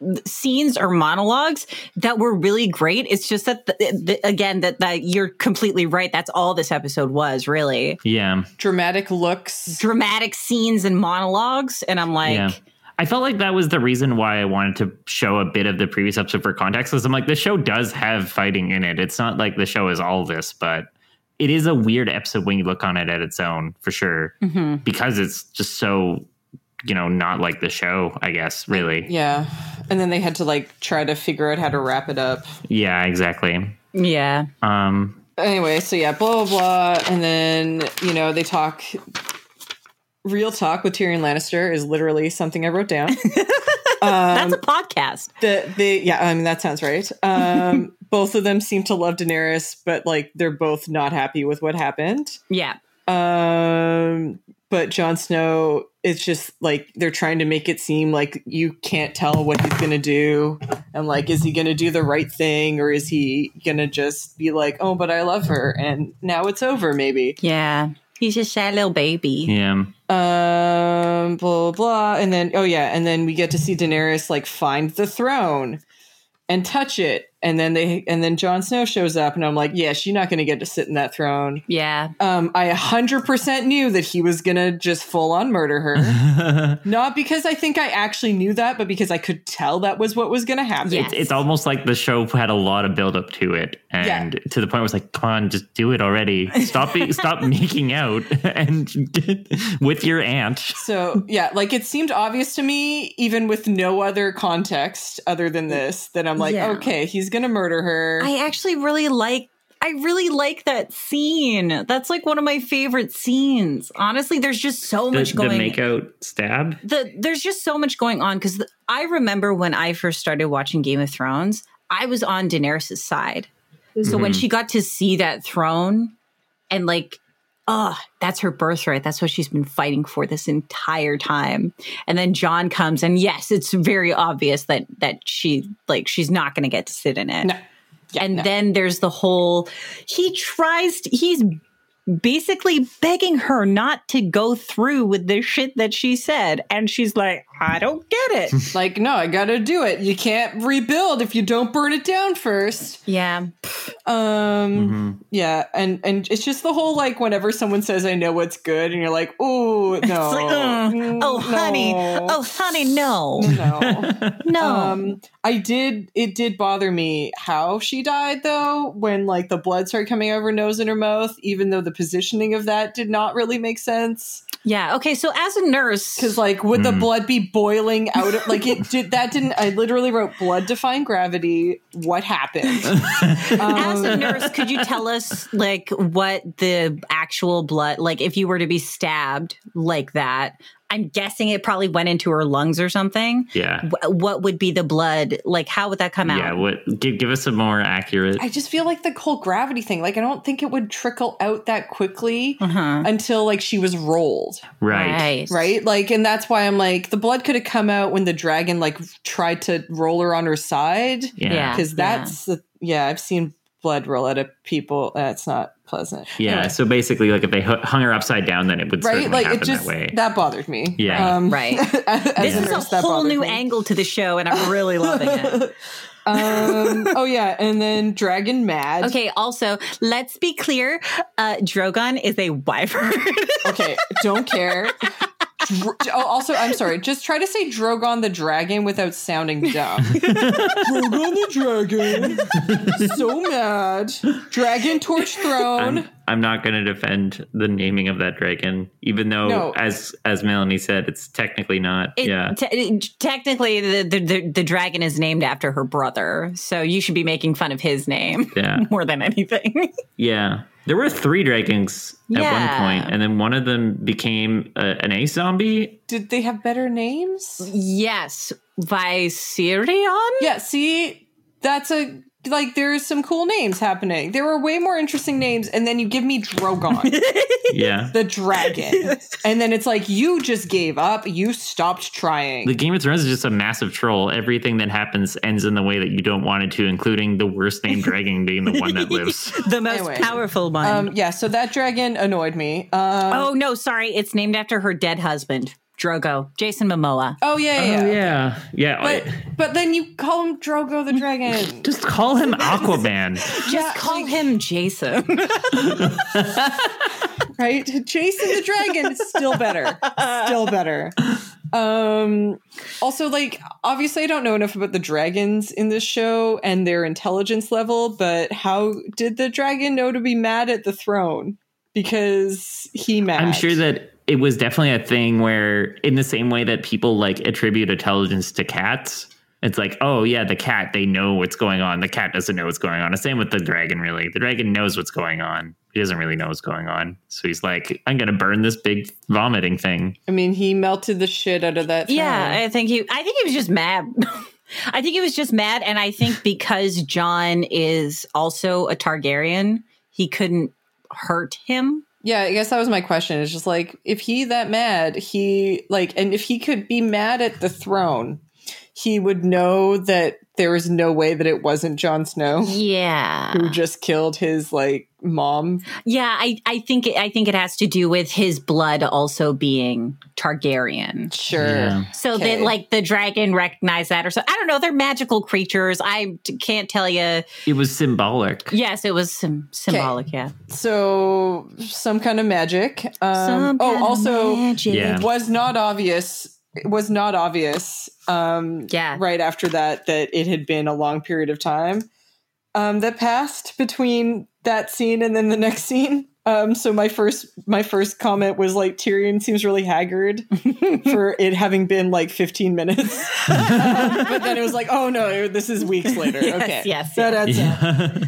Speaker 2: th- scenes or monologues that were really great. It's just that th- th- again that that you're completely right. That's all this episode was really
Speaker 1: Yeah,
Speaker 3: Dramatic looks.
Speaker 2: dramatic scenes and monologues, and I'm like.
Speaker 1: yeah. I felt like that was the reason why I wanted to show a bit of the previous episode for context, because I'm like, the show does have fighting in it. It's not like the show is all this, but it is a weird episode when you look on it at its own, for sure,
Speaker 2: mhm.
Speaker 1: because it's just so, you know, not like the show. I guess really.
Speaker 3: Yeah, and then they had to like try to figure out how to wrap it up.
Speaker 1: Yeah, exactly.
Speaker 2: Yeah.
Speaker 1: Um,
Speaker 3: anyway, so yeah, blah blah blah, and then you know they talk. Real talk with Tyrion Lannister is literally something I wrote down.
Speaker 2: That's a podcast.
Speaker 3: the the yeah, I mean that sounds right. Um, both of them seem to love Daenerys, but like they're both not happy with what happened.
Speaker 2: Yeah.
Speaker 3: Um, but Jon Snow, it's just like they're trying to make it seem like you can't tell what he's gonna do, and like is he gonna do the right thing or is he gonna just be like, oh, but I love her, and now it's over, maybe.
Speaker 2: Yeah. He's just that little baby.
Speaker 1: yeah.
Speaker 3: um blah blah and then oh yeah and then we get to see daenerys like find the throne and touch it and then they and then Jon Snow shows up and I'm like yeah she's not going to get to sit in that throne
Speaker 2: Yeah.
Speaker 3: um I 100% knew that he was going to just full on murder her not because I think I actually knew that but because I could tell that was what was going to happen
Speaker 2: Yes.
Speaker 1: It's almost like the show had a lot of build up to it, and to the point where it's like, come on, just do it already. Stop, be- stop making out and with your aunt.
Speaker 3: So yeah, like it seemed obvious to me, even with no other context other than this, that I'm like,
Speaker 2: Yeah.
Speaker 3: okay, he's gonna murder her.
Speaker 2: I actually really like I really like that scene. That's like one of my favorite scenes. Honestly, there's just so
Speaker 1: The,
Speaker 2: much
Speaker 1: the
Speaker 2: going
Speaker 1: make out stab.
Speaker 2: the there's just so much going on cuz I remember when I first started watching Game of Thrones, I was on Daenerys' side. So when
Speaker 3: Mm-hmm.
Speaker 1: Mhm.
Speaker 2: she got to see that throne and like Oh, that's her birthright. That's what she's been fighting for this entire time. And then John comes, and yes, it's very obvious that that she like she's not going to get to sit in it
Speaker 3: No. Yeah,
Speaker 2: and
Speaker 3: no.
Speaker 2: then there's the whole he tries to, he's basically begging her not to go through with the shit that she said and she's like
Speaker 7: I don't get it.
Speaker 3: Like, no, I gotta do it. You can't rebuild if you don't burn it down first.
Speaker 2: Yeah.
Speaker 3: Um, yeah, and and it's just the whole like whenever someone says I know what's good, and you're like, oh no,
Speaker 2: like,
Speaker 3: Mm,
Speaker 2: Oh, honey.
Speaker 3: no.
Speaker 2: Oh, honey, no.
Speaker 3: no.
Speaker 2: No.
Speaker 3: Um, I did. It did bother me how she died, though. When like the blood started coming over her nose and her mouth, even though the positioning of that did not really make sense.
Speaker 2: yeah. Okay. So as a nurse,
Speaker 3: Because like, would the
Speaker 1: Mm.
Speaker 3: blood be boiling out of like it? Did that didn't? I literally wrote blood define gravity. What happened?
Speaker 2: as a nurse, could you tell us like what the actual blood, like if you were to be stabbed like that? I'm guessing it probably went into her lungs or something.
Speaker 1: Yeah.
Speaker 2: Wh- What would be the blood? Like, how would that come
Speaker 1: Yeah.
Speaker 2: out?
Speaker 1: What? Give, give us a more accurate.
Speaker 3: I just feel like the whole gravity thing. Like, I don't think it would trickle out that quickly
Speaker 2: Uh-huh.
Speaker 3: until like she was rolled.
Speaker 1: right.
Speaker 3: right like and that's why i'm like the blood could have come out when the dragon like tried to roll her on her side
Speaker 1: Yeah.
Speaker 3: because that's the yeah i've seen blood roll out of people that's not pleasant
Speaker 1: Yeah. So basically, like if they hu- hung her upside down, then it would
Speaker 3: right
Speaker 1: certainly
Speaker 3: like
Speaker 1: happen
Speaker 3: it just
Speaker 1: that way.
Speaker 3: that, bothered me Um,
Speaker 1: Yeah.
Speaker 2: Right.
Speaker 3: as
Speaker 2: This
Speaker 3: a
Speaker 2: is a
Speaker 3: nurse, that
Speaker 2: whole
Speaker 3: bothered
Speaker 2: new
Speaker 3: me.
Speaker 2: angle to the show, and I'm really loving it.
Speaker 3: um oh yeah and then dragon mad
Speaker 2: Okay, also, let's be clear uh, Drogon is a wyvern.
Speaker 3: okay don't care Dr- oh, also, I'm sorry. Just try to say Drogon the dragon without sounding dumb. Drogon the dragon, so mad. Dragon torch throne.
Speaker 1: I'm, I'm not going to defend the naming of that dragon, even though,
Speaker 3: No.
Speaker 1: as as Melanie said, it's technically not.
Speaker 2: It-
Speaker 1: yeah.
Speaker 2: te- it- technically, the, the, the, the dragon is named after her brother, so you should be making fun of his name
Speaker 1: yeah.
Speaker 2: more than anything.
Speaker 1: Yeah. There were three dragons at
Speaker 2: Yeah.
Speaker 1: one point, and then one of them became uh, an ace zombie.
Speaker 3: Did they have better names?
Speaker 2: yes, Viserion?
Speaker 3: Yeah, see, that's a like there's some cool names happening. There were way more interesting names, and then you give me Drogon,
Speaker 1: Yeah.
Speaker 3: the dragon. And then it's like you just gave up, you stopped trying.
Speaker 1: The Game of Thrones is just a massive troll. Everything that happens ends in the way that you don't want it to, including the worst named dragon being the one that lives.
Speaker 2: The most
Speaker 3: Anyway.
Speaker 2: powerful one.
Speaker 3: um yeah, so that dragon annoyed me. Um
Speaker 2: oh, no, sorry. It's named after her dead husband, Drogo, Jason Momoa.
Speaker 3: oh yeah, yeah.
Speaker 1: Oh
Speaker 3: yeah.
Speaker 1: yeah, yeah.
Speaker 3: But but then you call him Drogo the dragon.
Speaker 1: just call him Aquaman.
Speaker 2: Just call him Jason.
Speaker 3: right? Jason the dragon is still better. Still better. Um also like obviously I don't know enough about the dragons in this show and their intelligence level, but how did the dragon know to be mad at the throne? Because he mad.
Speaker 1: I'm sure that it was definitely a thing where, in the same way that people like attribute intelligence to cats, it's like, oh yeah, the cat they know what's going on. The cat doesn't know what's going on. The same with the dragon, really. The dragon knows what's going on. He doesn't really know what's going on, so he's like, I'm gonna burn this big vomiting thing.
Speaker 3: I mean he melted the shit out of that throne.
Speaker 2: Yeah, I think he. I think he was just mad. I think he was just mad, and I think because John is also a Targaryen, he couldn't hurt him.
Speaker 3: Yeah, I guess that was my question. It's just like if he that mad, he like and if he could be mad at the throne, he would know that there was no way that it wasn't Jon Snow. who
Speaker 2: Yeah,
Speaker 3: just killed his like mom.
Speaker 2: yeah. I, I think it, I think it has to do with his blood also being Targaryen,
Speaker 3: Sure.
Speaker 1: Yeah.
Speaker 2: so
Speaker 3: Okay.
Speaker 2: that like the dragon recognized that, or so. I don't know. They're magical creatures. I d- can't tell you.
Speaker 1: It was symbolic.
Speaker 2: Yes, it was sim- symbolic. Yeah.
Speaker 3: So some kind of magic. Um,
Speaker 2: Some kind
Speaker 3: oh,
Speaker 2: of
Speaker 3: also
Speaker 2: magic.
Speaker 1: Yeah.
Speaker 3: was not obvious. It was not obvious. Um,
Speaker 2: Yeah.
Speaker 3: Right after that, that it had been a long period of time um, that passed between that scene and then the next scene. Um, so my first my first comment was like Tyrion seems really haggard for it having been like 15 minutes. but then it was like, oh no, this is weeks later. okay.
Speaker 2: yes,
Speaker 3: So that's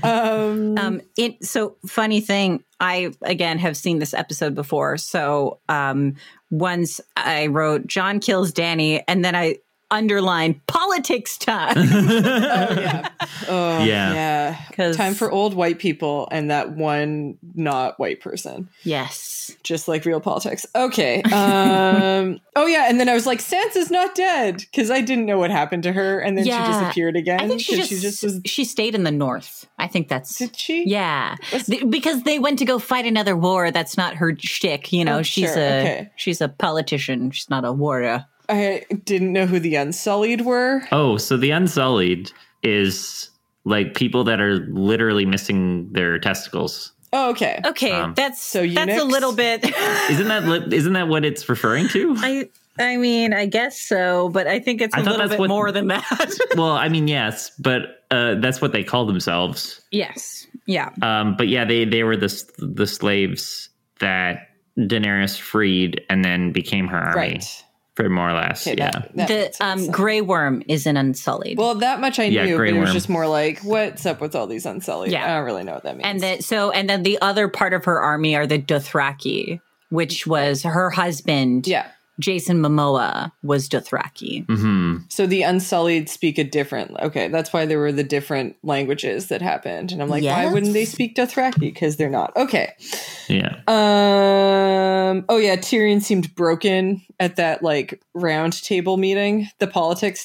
Speaker 3: um,
Speaker 2: Um, it so funny thing. I again have seen this episode before. So um, once I wrote John kills Danny, and then I underlined politics time
Speaker 3: yeah. Oh,
Speaker 1: Yeah.
Speaker 3: yeah.
Speaker 2: 'Cause-
Speaker 3: Time for old white people and that one not white person,
Speaker 2: yes,
Speaker 3: just like real politics. Okay. Um, oh, yeah. And then I was like, Sansa's not dead because I didn't know what happened to her. And then she
Speaker 2: Yeah.
Speaker 3: disappeared again.
Speaker 2: I think she
Speaker 3: 'cause
Speaker 2: just, she
Speaker 3: was.
Speaker 2: stayed in the north. I think that's.
Speaker 3: Did she?
Speaker 2: yeah, Th- because they went to go fight another war. That's not her shtick, you know.
Speaker 3: Oh,
Speaker 2: she's
Speaker 3: sure,
Speaker 2: a
Speaker 3: okay.
Speaker 2: she's a politician. She's not a warrior.
Speaker 3: I didn't know who the Unsullied were.
Speaker 1: Oh, so the Unsullied is like people that are literally missing their testicles.
Speaker 3: Oh, okay.
Speaker 2: Okay,
Speaker 1: Um,
Speaker 2: that's
Speaker 3: so
Speaker 2: that's
Speaker 3: eunuchs?
Speaker 2: a little bit.
Speaker 1: Isn't that li- isn't that what it's referring to?
Speaker 2: I I mean, I guess so, but I think it's
Speaker 1: I
Speaker 2: a
Speaker 1: thought
Speaker 2: little
Speaker 1: that's
Speaker 2: bit
Speaker 1: what-
Speaker 2: more than that.
Speaker 1: well, I mean, yes, but uh, that's what they call themselves.
Speaker 2: yes. Yeah.
Speaker 1: Um, but yeah, they they were the s- the slaves that Daenerys freed and then became her army,
Speaker 3: Right.
Speaker 1: for more or less.
Speaker 3: Okay,
Speaker 1: yeah.
Speaker 3: that- that
Speaker 2: the
Speaker 3: makes
Speaker 2: um,
Speaker 3: sense.
Speaker 2: Grey Worm is an unsullied.
Speaker 3: Well, that much I
Speaker 1: Yeah,
Speaker 3: knew,
Speaker 1: Grey
Speaker 3: but it was
Speaker 1: Worm.
Speaker 3: just more like, what's up with all these Unsullied?
Speaker 2: Yeah.
Speaker 3: I don't really know what that means.
Speaker 2: and then so and then the other part of her army are the Dothraki, which was her husband
Speaker 3: yeah.
Speaker 2: Jason Momoa was Dothraki.
Speaker 1: hmm
Speaker 3: So the Unsullied speak a different. Okay, that's why there were the different languages that happened, and I'm like, why
Speaker 2: Yes.
Speaker 3: wouldn't they speak Dothraki? Because they're not. Okay.
Speaker 1: Yeah.
Speaker 3: Um. Oh yeah, Tyrion seemed broken at that like round table meeting, the politics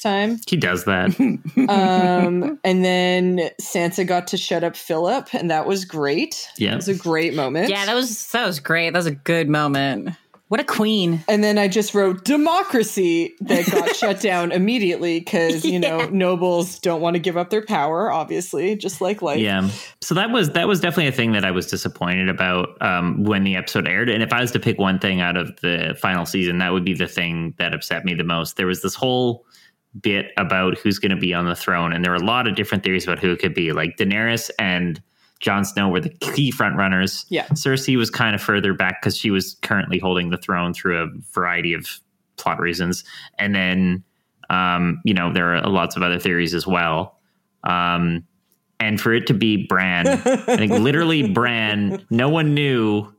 Speaker 3: time.
Speaker 1: He does that.
Speaker 3: Um. and then Sansa got to shut up Philip, and that was great.
Speaker 1: Yeah.
Speaker 3: it was a great moment.
Speaker 2: Yeah, that was that was great. That was a good moment. What a queen.
Speaker 3: And then I just wrote democracy that got shut down immediately because, you know, nobles don't want to give up their power, obviously, just like life.
Speaker 1: yeah so that was that was definitely a thing that i was disappointed about um, when the episode aired and if i was to pick one thing out of the final season that would be the thing that upset me the most there was this whole bit about who's going to be on the throne and there were a lot of different theories about who it could be like daenerys and Jon Snow were the key front runners.
Speaker 3: Yeah.
Speaker 1: Cersei was kind of further back because she was currently holding the throne through a variety of plot reasons. And then, um, you know, there are lots of other theories as well. Um, and for it to be Bran, I think literally Bran, no one knew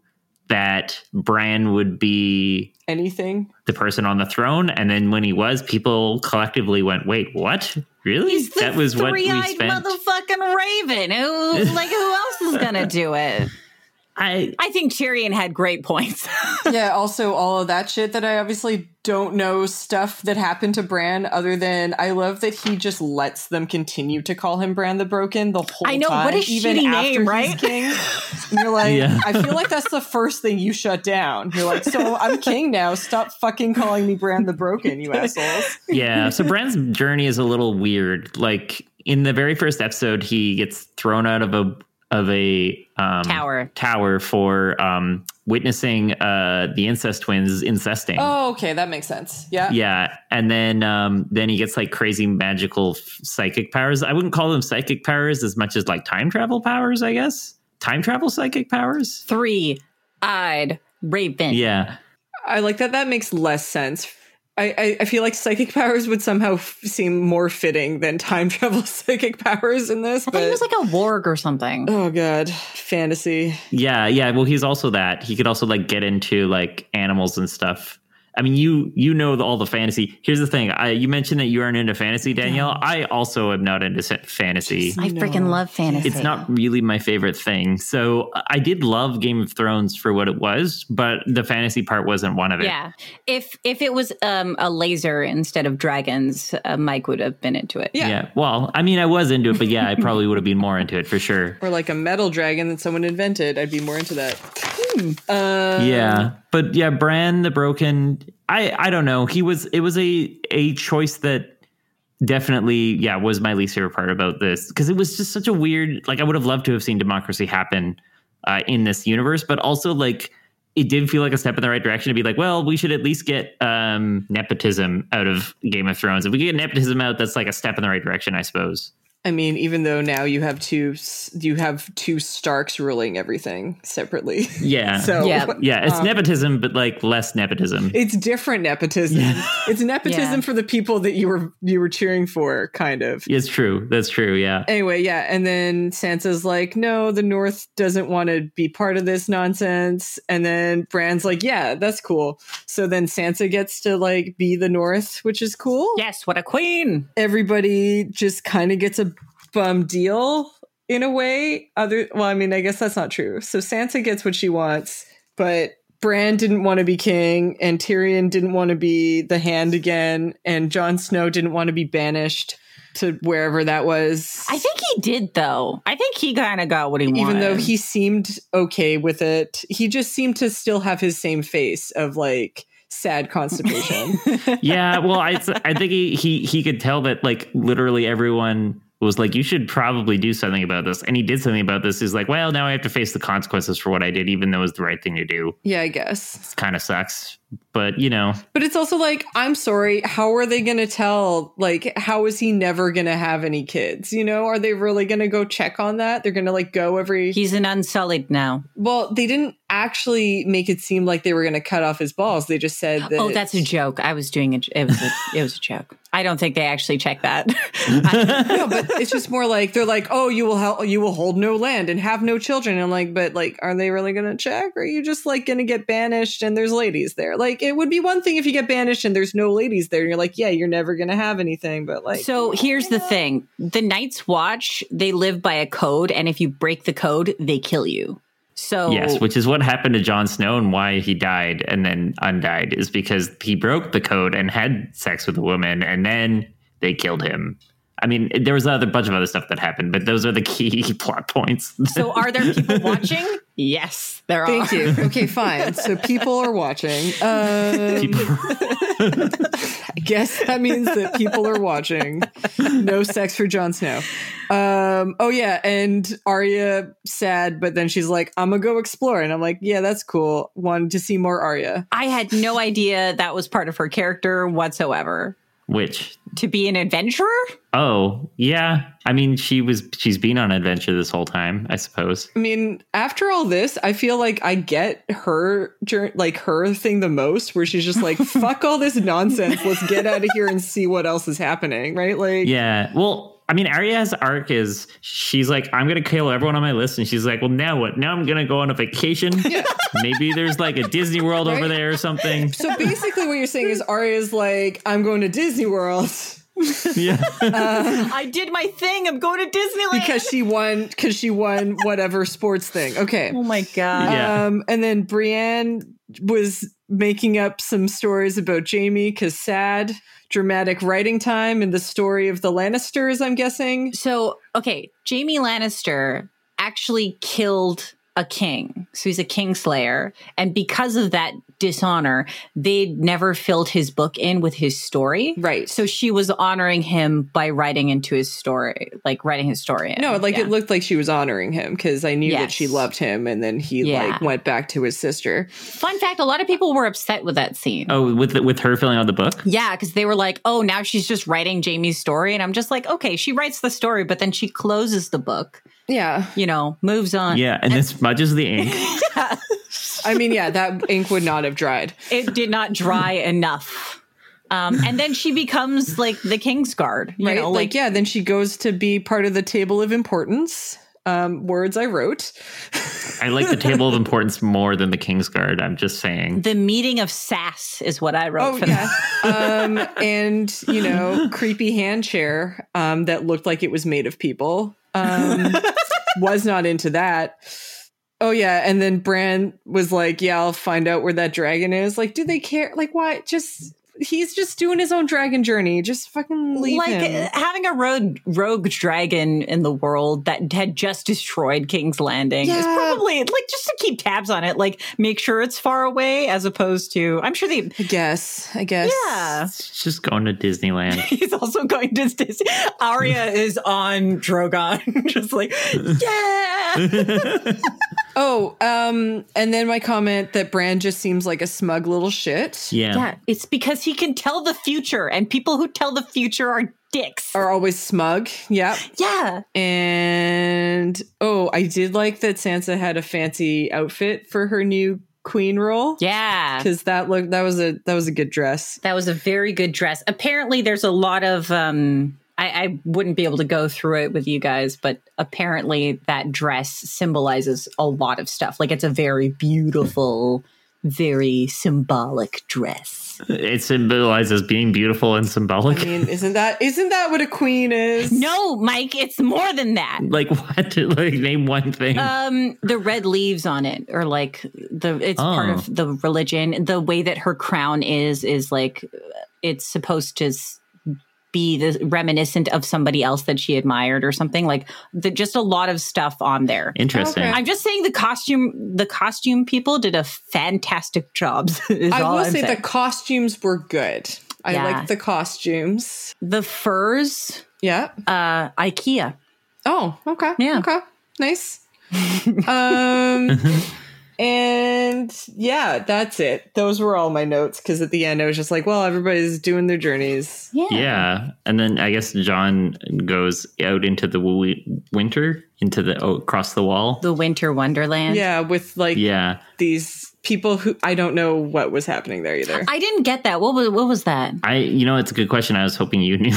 Speaker 1: that Bran would be
Speaker 3: Anything.
Speaker 1: the person on the throne. And then when he was, people collectively went, wait, what? Really?
Speaker 2: He's the
Speaker 1: that was what we
Speaker 2: three-eyed
Speaker 1: spent.
Speaker 2: motherfucking raven. Who like who else is gonna do it?
Speaker 1: I,
Speaker 2: I think Tyrion had great points.
Speaker 3: yeah, also all of that shit that I obviously don't know stuff that happened to Bran other than I love that he just lets them continue to call him Bran the Broken the whole time.
Speaker 2: I know, what a
Speaker 3: even
Speaker 2: shitty
Speaker 3: after
Speaker 2: name,
Speaker 3: he's
Speaker 2: right?
Speaker 3: king. And you're like,
Speaker 1: Yeah.
Speaker 3: I feel like that's the first thing you shut down. You're like, so I'm king now. Stop fucking calling me Bran the Broken, you assholes.
Speaker 1: yeah. So Bran's journey is a little weird. Like in the very first episode, he gets thrown out of a of a um,
Speaker 2: Tower.
Speaker 1: tower for um, witnessing uh, the incest twins incesting.
Speaker 3: Oh, okay, that makes sense. Yeah.
Speaker 1: Yeah, and then um, then he gets like crazy magical f- psychic powers. I wouldn't call them psychic powers as much as like time travel powers. I guess time travel psychic powers.
Speaker 2: Three eyed raven.
Speaker 1: Yeah,
Speaker 3: I like that. That makes less sense. I, I, I feel like psychic powers would somehow f- seem more fitting than time travel psychic powers in this.
Speaker 2: I thought he
Speaker 3: but-
Speaker 2: was like a warg or something.
Speaker 3: oh god, fantasy.
Speaker 1: yeah, yeah. Well, he's also that. He could also like get into like animals and stuff. I mean, you you know the, all the fantasy. Here's the thing. I, you mentioned that you aren't into fantasy, Danielle. I also am not into sa- fantasy.
Speaker 2: I freaking love fantasy.
Speaker 1: It's not really my favorite thing. So I did love Game of Thrones for what it was, but the fantasy part wasn't one of it.
Speaker 2: Yeah. If if it was um a laser instead of dragons, uh, Mike would have been into it.
Speaker 3: Yeah.
Speaker 1: Yeah. Well, I mean, I was into it, but yeah, I probably would have been more into it for sure.
Speaker 3: Or like a metal dragon that someone invented. I'd be more into that.
Speaker 2: Hmm.
Speaker 3: Uh,
Speaker 1: Yeah. But yeah, Bran the Broken, I I don't know. He was it was a a choice that definitely yeah, was my least favorite part about this because it was just such a weird like I would have loved to have seen democracy happen uh, in this universe, but also like it did feel like a step in the right direction to be like, well, we should at least get um, nepotism out of Game of Thrones. If we get nepotism out, that's like a step in the right direction, I suppose.
Speaker 3: I mean, even though now you have two, s- you have two Starks ruling everything separately.
Speaker 1: Yeah.
Speaker 3: so
Speaker 2: Yeah.
Speaker 1: Yeah, it's nepotism, but like less nepotism.
Speaker 3: It's different nepotism. It's nepotism
Speaker 2: Yeah.
Speaker 3: for the people that you were you were cheering for, kind of.
Speaker 1: it's true. That's true. Yeah.
Speaker 3: Anyway, yeah, and then Sansa's like, "No, the North doesn't want to be part of this nonsense." And then Bran's like, "Yeah, that's cool." So then Sansa gets to like be the North, which is cool.
Speaker 2: Yes, what a queen.
Speaker 3: Everybody just kind of gets a bum deal in a way. Other, well, I mean, I guess that's not true. So Sansa gets what she wants, but Bran didn't want to be king, and Tyrion didn't want to be the Hand again, and Jon Snow didn't want to be banished to wherever that was
Speaker 2: I think he did though. I think he kind of got what he wanted.
Speaker 3: even though he seemed okay with it he just seemed to still have his same face of like sad constipation.
Speaker 1: yeah well I, I think he, he he could tell that like literally everyone was like you should probably do something about this and he did something about this he's like well now i have to face the consequences for what i did even though it was the right thing to do
Speaker 3: yeah, I guess.
Speaker 1: it kind of sucks but you know
Speaker 3: But it's also like, I'm sorry, how are they going to tell? Like, how is he never going to have any kids? You know, are they really going to go check on that? They're going to like go every.
Speaker 2: He's an unsullied now.
Speaker 3: Well, they didn't actually make it seem like they were going to cut off his balls. They just said that.
Speaker 2: Oh, that's a joke. I was doing it. It was a, it was a joke. I don't think they actually checked that. I-
Speaker 3: no, but it's just more like they're like, oh, you will help, you will hold no land and have no children. And I'm like, but like, are they really going to check? Or are you just like going to get banished and there's ladies there? Like, it would be one thing if you get banished and there's no ladies there. And you're like, yeah, you're never going to have anything. But like,
Speaker 2: so here's the thing: the Night's Watch they live by a code, and if you break the code, they kill you. So
Speaker 1: yes which is what happened to Jon snow and why he died and then undied is because he broke the code and had sex with a woman and then they killed him i mean there was a bunch of other stuff that happened but those are the key plot points
Speaker 2: so are there people watching? Yes, there are.
Speaker 3: thank you. Okay, fine. So people are watching. Um,
Speaker 1: People-
Speaker 3: I guess that means that people are watching. No sex for Jon Snow. Um, oh yeah, and Arya sad, but then she's like, "I'm gonna go explore," and I'm like, "Yeah, that's cool. Wanted to see more Arya."
Speaker 2: I had no idea that was part of her character whatsoever.
Speaker 1: which
Speaker 2: To be an adventurer?
Speaker 1: oh yeah i mean she was she's been on adventure this whole time i suppose
Speaker 2: Mm.
Speaker 3: I mean, after all this, I feel like I get her jour- like her thing the most, where she's just like, "Fuck all this nonsense. Let's get out of here and see what else is happening." Right? Like,
Speaker 1: yeah well i mean Arya's arc is she's like i'm gonna kill everyone on my list and she's like well now what now i'm gonna go on a vacation maybe there's like a disney world over
Speaker 3: Right?
Speaker 1: there or something
Speaker 3: So basically, what you're saying is Arya's like, "I'm going to Disney World."
Speaker 1: yeah
Speaker 2: I did my thing. I'm going to Disneyland.
Speaker 3: because she won because she won whatever sports thing. Okay.
Speaker 2: oh my god.
Speaker 1: Yeah.
Speaker 3: Um and then Brienne was making up some stories about Jamie cuz sad dramatic writing time and the story of the Lannisters I'm guessing.
Speaker 2: So, okay, Jamie Lannister actually killed a king. So he's a kingslayer. And because of that dishonor, they'd never filled his book in with his story.
Speaker 3: Right.
Speaker 2: So she was honoring him by writing into his story, like writing his story. in.
Speaker 3: No, like
Speaker 2: Yeah.
Speaker 3: it looked like she was honoring him cuz I knew that she
Speaker 2: Yes.
Speaker 3: loved him and then he
Speaker 2: Yeah.
Speaker 3: like went back to his sister.
Speaker 2: Fun fact a lot of people were upset with that scene.
Speaker 1: Oh, with with her filling out the book.
Speaker 2: Yeah, because they were like, oh, now she's just writing Jamie's story. And I'm just like, okay, she writes the story, but then she closes the book,
Speaker 3: Yeah.
Speaker 2: you know, moves on.
Speaker 1: Yeah, and then smudges the ink.
Speaker 3: I mean, yeah, that ink would not have dried.
Speaker 2: it did not dry enough. Um, and then she becomes like the king's guard, you
Speaker 3: right?
Speaker 2: know,
Speaker 3: like,
Speaker 2: like,
Speaker 3: yeah, then she goes to be part of the table of importance. Um, words I wrote.
Speaker 1: I like the table of importance more than the King's Guard. I'm just saying.
Speaker 2: the meeting of sass is what I wrote
Speaker 3: Oh
Speaker 2: for
Speaker 3: yeah,
Speaker 2: that.
Speaker 3: um, and you know, creepy hand chair um, that looked like it was made of people. Um, was not into that. Oh yeah, and then Bran was like, "Yeah, I'll find out where that dragon is." Like, do they care? Like, why? Just he's just doing his own dragon journey. Just fucking leave
Speaker 2: Like
Speaker 3: him.
Speaker 2: uh, having a rogue rogue dragon in the world that had just destroyed King's Landing is
Speaker 3: Yeah.
Speaker 2: probably like just to keep tabs on it, like make sure it's far away as opposed to I'm sure they
Speaker 3: I guess. I guess.
Speaker 2: yeah.
Speaker 1: It's just going to Disneyland.
Speaker 2: He's also going to Disney. Arya is on Drogon, just like yeah.
Speaker 3: Oh, um, and then my comment that Bran just seems like a smug little shit
Speaker 1: Yeah.
Speaker 2: Yeah, it's because he can tell the future, and people who tell the future are dicks.
Speaker 3: are always smug. Yep.
Speaker 2: Yeah,
Speaker 3: And oh, I did like that Sansa had a fancy outfit for her new queen role.
Speaker 2: yeah.
Speaker 3: Because that look that was a that was a good dress.
Speaker 2: That was a very good dress. Apparently, there's a lot of. um I, I wouldn't be able to go through it with you guys, but apparently that dress symbolizes a lot of stuff. Like it's a very beautiful, very symbolic dress.
Speaker 1: It symbolizes being beautiful and symbolic.
Speaker 3: I mean, isn't that isn't that what a queen is?
Speaker 2: No, Mike, it's more than that.
Speaker 1: like what? like name one thing.
Speaker 2: um the red leaves on it or like the it's part
Speaker 1: Oh.
Speaker 2: of the religion the way that her crown is is like it's supposed to s- be the, reminiscent of somebody else that she admired or something like the, just a lot of stuff on there.
Speaker 1: Interesting.
Speaker 2: I'm just saying the costume the costume people did a fantastic job. Is
Speaker 3: I
Speaker 2: all
Speaker 3: will
Speaker 2: I'm
Speaker 3: say
Speaker 2: saying.
Speaker 3: the costumes were good. I
Speaker 2: Yeah.
Speaker 3: like the costumes.
Speaker 2: the furs
Speaker 3: Yeah.
Speaker 2: uh IKEA.
Speaker 3: Oh, okay.
Speaker 2: Yeah.
Speaker 3: Okay. Nice. um and yeah, that's it. Those were all my notes because at the end I was just like, well, everybody's doing their journeys.
Speaker 1: yeah. And then I guess John goes out into the wi- winter, into the oh, across the wall.
Speaker 2: The winter wonderland.
Speaker 3: yeah, with like
Speaker 1: yeah.
Speaker 3: these people who I don't know what was happening there either.
Speaker 2: I didn't get that. What was what was that?
Speaker 1: I you know it's a good question. I was hoping you knew.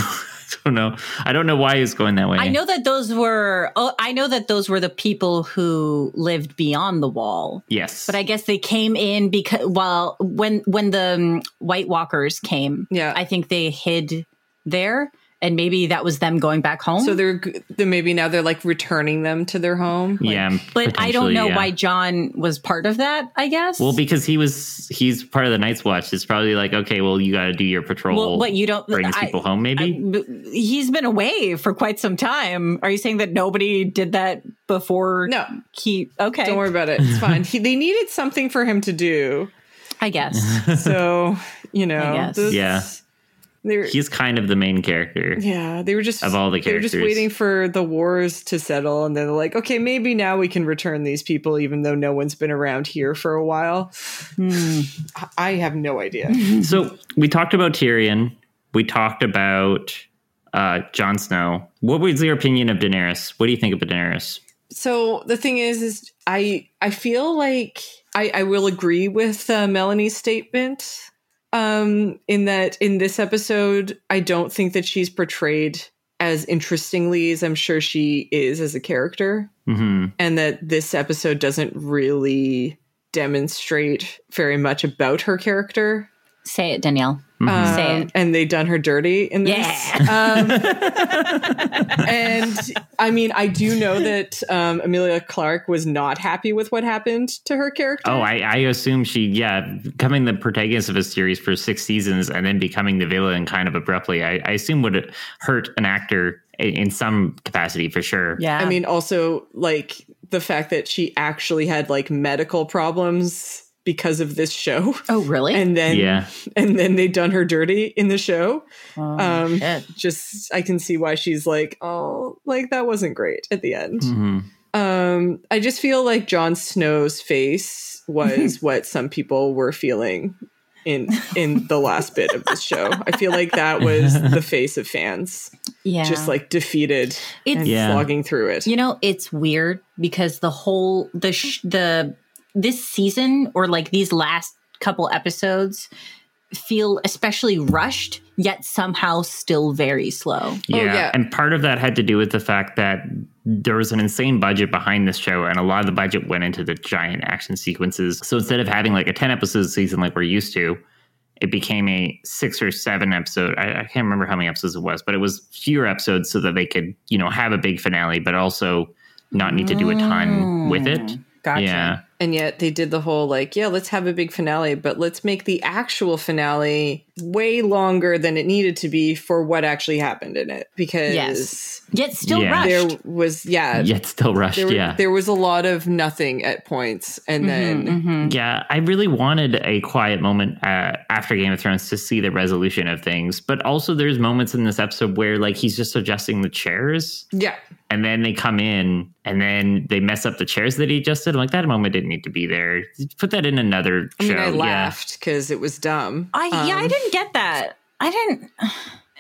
Speaker 1: I don't know. I don't know why he's going that way.
Speaker 2: I know that those were oh, I know that those were the people who lived beyond the wall.
Speaker 1: Yes.
Speaker 2: But I guess they came in because well when when the um, White Walkers came,
Speaker 3: Yeah.
Speaker 2: I think they hid there, and maybe that was them going back home.
Speaker 3: so they're, g- then maybe now they're like returning them to their home.
Speaker 1: yeah.
Speaker 2: but I don't
Speaker 1: potentially,
Speaker 2: know
Speaker 1: yeah.
Speaker 2: why John was part of that. I guess.
Speaker 1: Well, because he was he's part of the Night's Watch. It's probably like okay, well you got to do your patrol.
Speaker 2: Well, what you don't
Speaker 1: brings
Speaker 2: I-
Speaker 1: people home, maybe.
Speaker 2: he's been away for quite some time. Are you saying that nobody did that before?
Speaker 3: No.
Speaker 2: He okay.
Speaker 3: Don't worry about it. It's fine. He, they needed something for him to do.
Speaker 2: I guess.
Speaker 3: So, you know,
Speaker 2: guess.
Speaker 3: this-
Speaker 1: Yeah.
Speaker 3: they're-
Speaker 1: he's kind of the main character.
Speaker 3: Yeah, they were just
Speaker 1: Of all the
Speaker 3: they were just
Speaker 1: characters.
Speaker 3: waiting for the wars to settle, and then they're like, okay, maybe now we can return these people, even though no one's been around here for a while. I- I have no idea.
Speaker 1: So we talked about Tyrion. We talked about uh, Jon Snow. What was your opinion of Daenerys? What do you think of Daenerys?
Speaker 3: so the thing is, is I I feel like I I will agree with uh, Melanie's statement. Um, in that in this episode, I don't think that she's portrayed as interestingly as I'm sure she is as a character.
Speaker 1: hmm
Speaker 3: and that this episode doesn't really demonstrate very much about her character.
Speaker 2: Say it, Danielle.
Speaker 3: Um,
Speaker 2: Say it.
Speaker 3: And they done her dirty in this. Um, and I mean, I do know that um, Amelia Clark was not happy with what happened to her character.
Speaker 1: Oh, I, I assume she, yeah, becoming the protagonist of a series for six seasons and then becoming the villain kind of abruptly, I, I assume would hurt an actor in, in some capacity for sure.
Speaker 2: Yeah.
Speaker 3: I mean, also like the fact that she actually had like medical problems because of this show,
Speaker 2: oh, really?
Speaker 3: and then
Speaker 1: Yeah.
Speaker 3: and then they done her dirty in the show.
Speaker 2: Oh,
Speaker 3: um,
Speaker 2: shit.
Speaker 3: just I can see why she's like, oh, like that wasn't great at the end.
Speaker 1: hmm
Speaker 3: Um, I just feel like Jon Snow's face was what some people were feeling in in the last bit of this show. I feel like that was the face of fans,
Speaker 2: yeah.
Speaker 3: just like defeated and
Speaker 2: It's-
Speaker 1: Yeah.
Speaker 3: slogging through it.
Speaker 2: You know, it's weird because the whole the sh- the this season or like these last couple episodes feel especially rushed, yet somehow still very slow.
Speaker 1: Yeah.
Speaker 3: Oh, yeah.
Speaker 1: And part of that had to do with the fact that there was an insane budget behind this show, and a lot of the budget went into the giant action sequences. So instead of having like a 10 episode season like we're used to, it became a six or seven episode. I, I can't remember how many episodes it was, but it was fewer episodes so that they could, you know, have a big finale, but also not need to do a ton with it.
Speaker 3: Mm,
Speaker 2: Gotcha.
Speaker 1: Yeah.
Speaker 3: And yet they did the whole like, yeah, let's have a big finale, but let's make the actual finale way longer than it needed to be for what actually happened in it. Because
Speaker 2: Yes. Yet still
Speaker 1: Yeah.
Speaker 2: rushed.
Speaker 3: there was yeah,
Speaker 1: Yet still rushed.
Speaker 3: there, were-
Speaker 1: yeah.
Speaker 3: there was a lot of nothing at points
Speaker 2: Mm-hmm,
Speaker 3: and then
Speaker 1: Yeah, I really wanted a quiet moment uh, after Game of Thrones to see the resolution of things. But also, there's moments in this episode where like he's just adjusting the chairs,
Speaker 3: yeah
Speaker 1: and then they come in, and then they mess up the chairs that he adjusted. I'm like that moment didn't need to be there. Put that in another
Speaker 3: i
Speaker 1: show.
Speaker 3: mean i
Speaker 1: Yeah.
Speaker 3: laughed because it was dumb
Speaker 2: I yeah, I
Speaker 3: Um,
Speaker 2: didn't get that. I didn't.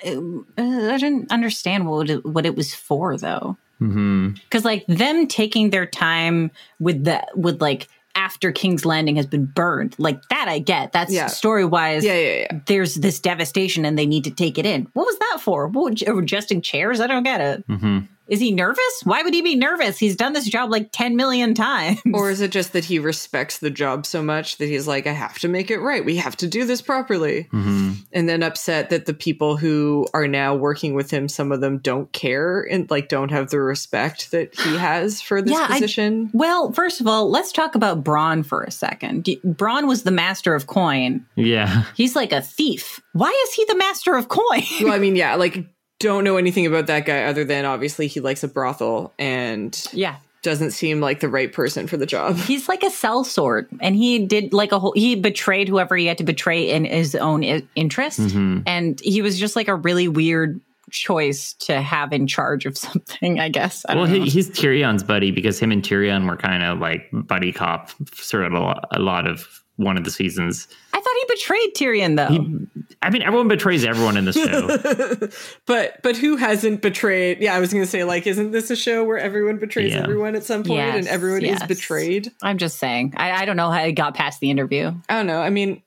Speaker 2: uh, I didn't understand what it, what it was for though.
Speaker 1: Mhm.
Speaker 2: Because like them taking their time with the with like after King's Landing has been burned, like that I get. That's
Speaker 3: Yeah.
Speaker 2: story wise.
Speaker 3: yeah yeah yeah
Speaker 2: There's this devastation and they need to take it in. What was that for? What, adjusting chairs? I don't get it.
Speaker 1: Mhm.
Speaker 2: Is he nervous? Why would he be nervous? He's done this job like 10 million times.
Speaker 3: Or is it just that he respects the job so much that he's like, I have to make it right. We have to do this properly.
Speaker 1: Mm-hmm.
Speaker 3: And then upset that the people who are now working with him, some of them don't care and like don't have the respect that he has for this
Speaker 2: Yeah, I-
Speaker 3: position.
Speaker 2: Well, first of all, let's talk about Braun for a second. D- Braun was the master of coin.
Speaker 1: Yeah.
Speaker 2: He's like a thief. Why is he the master of coin?
Speaker 3: well, I mean, yeah, like don't know anything about that guy other than obviously he likes a brothel and
Speaker 2: yeah.
Speaker 3: doesn't seem like the right person for the job.
Speaker 2: He's like a cell sort, and he did like a whole. He betrayed whoever he had to betray in his own I- interest,
Speaker 1: Mm-hmm.
Speaker 2: and he was just like a really weird choice to have in charge of something. I guess. I
Speaker 1: Well,
Speaker 2: don't know.
Speaker 1: he, he's Tyrion's buddy because him and Tyrion were kind of like buddy cop sort of a lo- a lot of one of the seasons.
Speaker 2: I thought he betrayed Tyrion, though.
Speaker 1: I mean, everyone betrays everyone in this show.
Speaker 3: But but who hasn't betrayed? Yeah, I was going to say like isn't this a show where everyone betrays
Speaker 1: Yeah.
Speaker 3: everyone at some point
Speaker 2: Yes,
Speaker 3: and everyone
Speaker 2: yes.
Speaker 3: is betrayed?
Speaker 2: I'm just saying. I, I don't know how it got past the interview.
Speaker 3: I don't know. I mean,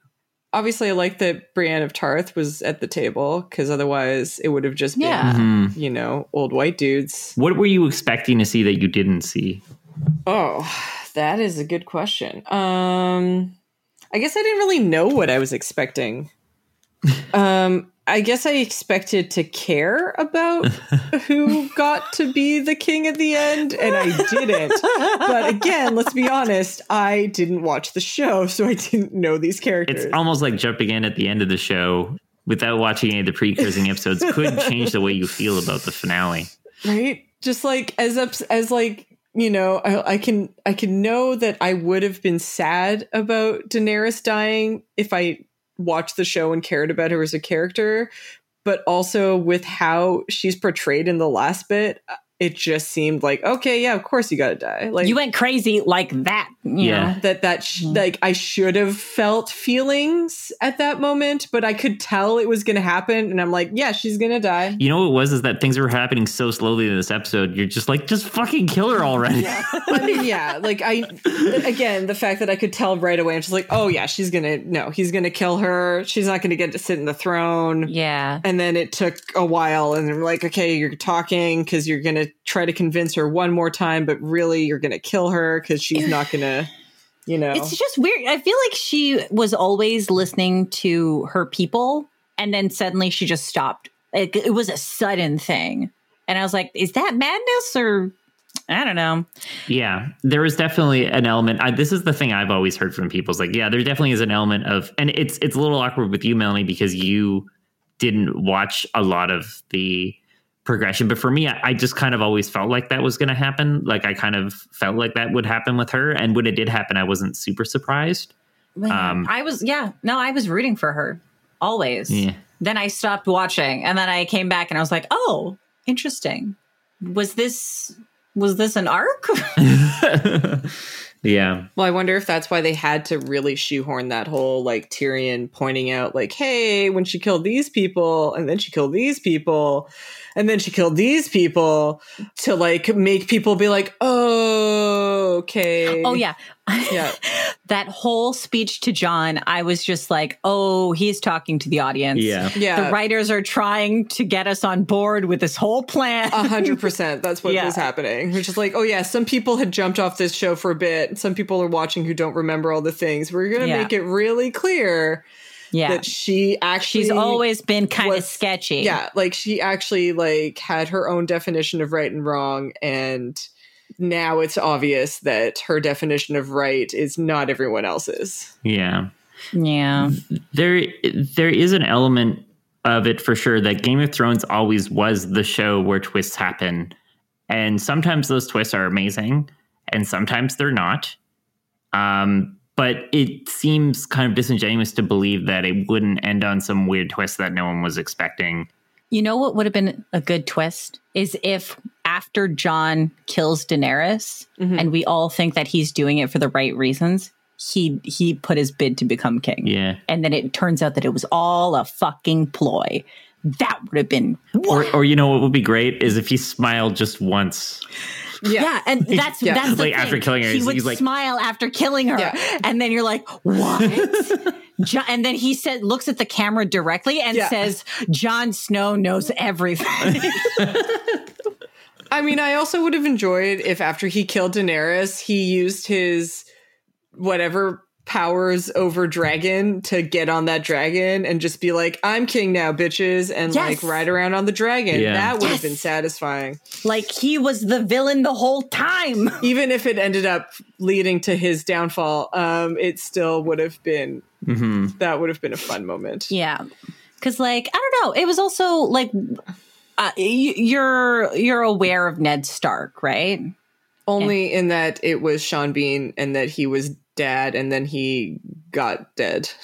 Speaker 3: obviously I like that Brienne of Tarth was at the table cuz otherwise it would have just been,
Speaker 5: Yeah.
Speaker 1: Mhm.
Speaker 3: you know, old white dudes.
Speaker 1: What were you expecting to see that you didn't see?
Speaker 3: Oh, that is a good question. Um I guess I didn't really know what I was expecting. Um I guess I expected to care about who got to be the king at the end and I didn't. But again, let's be honest, I didn't watch the show, so I didn't know these characters.
Speaker 1: It's almost like jumping in at the end of the show without watching any of the precursing episodes could change the way you feel about the finale.
Speaker 3: right just like as ups as like you know I, I can i can know that i would have been sad about daenerys dying if i watched the show and cared about her as a character but also with how she's portrayed in the last bit it just seemed like okay yeah of course you gotta die like
Speaker 2: you went crazy like that. You
Speaker 1: Yeah.
Speaker 2: Know?
Speaker 3: that that sh- like I should have felt feelings at that moment, but I could tell it was going to happen, and I'm like, yeah, she's going to die.
Speaker 1: You know what it was is that things were happening so slowly in this episode. You're just like, just fucking kill her already.
Speaker 3: I mean, yeah, like I again, the fact that I could tell right away, I'm just like, oh yeah, she's gonna no, he's gonna kill her. She's not gonna get to sit in the throne.
Speaker 2: Yeah.
Speaker 3: And then it took a while, and I'm like, okay, you're talking because you're gonna try to convince her one more time, but really, you're gonna kill her because she's not gonna, you know.
Speaker 1: Oh.
Speaker 2: It's just weird. I feel like she was always listening to her people, and then suddenly she just stopped. Like it was a sudden thing, and I was like, "Is that madness or?" I don't know.
Speaker 1: Yeah, there is definitely an element. I, this is the thing I've always heard from people. Is like, yeah, there definitely is an element of, and it's it's a little awkward with you, Melanie, because you didn't watch a lot of the progression. But for me, I, I just kind of always felt like that was going to happen. Like I kind of felt like that would happen with her, and when it did happen, I wasn't super surprised. Um,
Speaker 2: I was, yeah, no, I was rooting for her always.
Speaker 1: Yeah.
Speaker 2: Then I stopped watching, and then I came back, and I was like, "Oh, interesting. Was this was this an arc?"
Speaker 1: yeah,
Speaker 3: Well, I wonder if that's why they had to really shoehorn that whole like Tyrion pointing out, like, hey, when she killed these people, and then she killed these people, and then she killed these people to like make people be like, oh, okay.
Speaker 2: oh yeah,
Speaker 3: Yeah.
Speaker 2: that whole speech to John, I was just like, "Oh, he's talking to the audience."
Speaker 1: yeah.
Speaker 3: Yeah.
Speaker 2: the writers are trying to get us on board with this whole plan.
Speaker 3: A hundred percent. That's what
Speaker 2: Yeah.
Speaker 3: was happening. Which is like, oh yeah, some people had jumped off this show for a bit. Some people are watching who don't remember all the things. We're gonna
Speaker 2: Yeah.
Speaker 3: make it really clear
Speaker 2: yeah.
Speaker 3: that she actually
Speaker 2: She's always been kind of
Speaker 3: was-
Speaker 2: sketchy.
Speaker 3: yeah like she actually like had her own definition of right and wrong and now it's obvious that her definition of right is not everyone else's
Speaker 1: yeah.
Speaker 2: Yeah.
Speaker 1: there there is an element of it for sure that Game of Thrones always was the show where twists happen. And sometimes those twists are amazing and sometimes they're not. Um but it seems kind of disingenuous to believe that it wouldn't end on some weird twist that no one was expecting.
Speaker 2: You know what would have been a good twist is if after John kills Daenerys
Speaker 3: Mm-hmm.
Speaker 2: and we all think that he's doing it for the right reasons, he he put his bid to become king.
Speaker 1: Yeah.
Speaker 2: And then it turns out that it was all a fucking ploy. That would have been
Speaker 1: Or or you know what would be great is if he smiled just once.
Speaker 2: Yeah, and that's
Speaker 3: Yeah.
Speaker 2: that's the
Speaker 1: Like,
Speaker 2: thing.
Speaker 1: after killing her,
Speaker 2: he
Speaker 1: he's-
Speaker 2: would
Speaker 1: he's like-
Speaker 2: smile after killing her,
Speaker 3: Yeah.
Speaker 2: and then you're like, what? Jo- and then he said, looks at the camera directly and
Speaker 3: Yeah.
Speaker 2: says, "John Snow knows everything."
Speaker 3: I mean, I also would have enjoyed if after he killed Daenerys, he used his whatever powers over dragon to get on that dragon and just be like, I'm king now, bitches, and
Speaker 2: Yes.
Speaker 3: like ride around on the dragon.
Speaker 1: Yeah.
Speaker 3: That would
Speaker 2: Yes.
Speaker 3: have been satisfying.
Speaker 2: Like he was the villain the whole time.
Speaker 3: Even if it ended up leading to his downfall, um, it still would have been
Speaker 1: Mm-hmm.
Speaker 3: that would have been a fun moment.
Speaker 2: Yeah. Cause like, I don't know. It was also like uh, y- you're you're aware of Ned Stark, right?
Speaker 3: Only in that it was Sean Bean and that he was dad and then he got dead.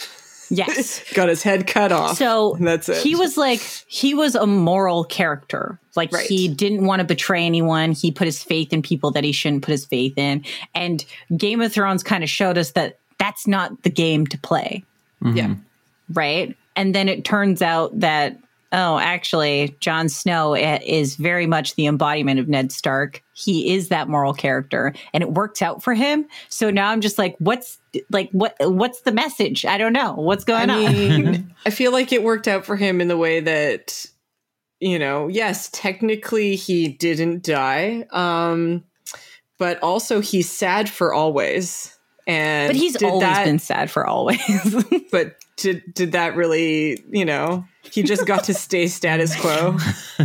Speaker 2: Yes.
Speaker 3: got his head cut off.
Speaker 2: So
Speaker 3: That's it.
Speaker 2: He was like he was a moral character. Like
Speaker 3: Right.
Speaker 2: he didn't want to betray anyone. He put his faith in people that he shouldn't put his faith in. And Game of Thrones kind of showed us that that's not the game to play,
Speaker 3: Mm-hmm. yeah.
Speaker 2: right? And then it turns out that oh, actually, Jon Snow i- is very much the embodiment of Ned Stark. He is that moral character, and it works out for him. So now I'm just like, what's like what what's the message? I don't know. What's going
Speaker 3: I
Speaker 2: on?
Speaker 3: mean, I feel like it worked out for him in the way that, you know, yes, technically he didn't die, um, but also he's sad for always. And
Speaker 2: But he's
Speaker 3: did
Speaker 2: always
Speaker 3: that,
Speaker 2: been sad for always.
Speaker 3: But did did that really? You know, he just got to stay status quo.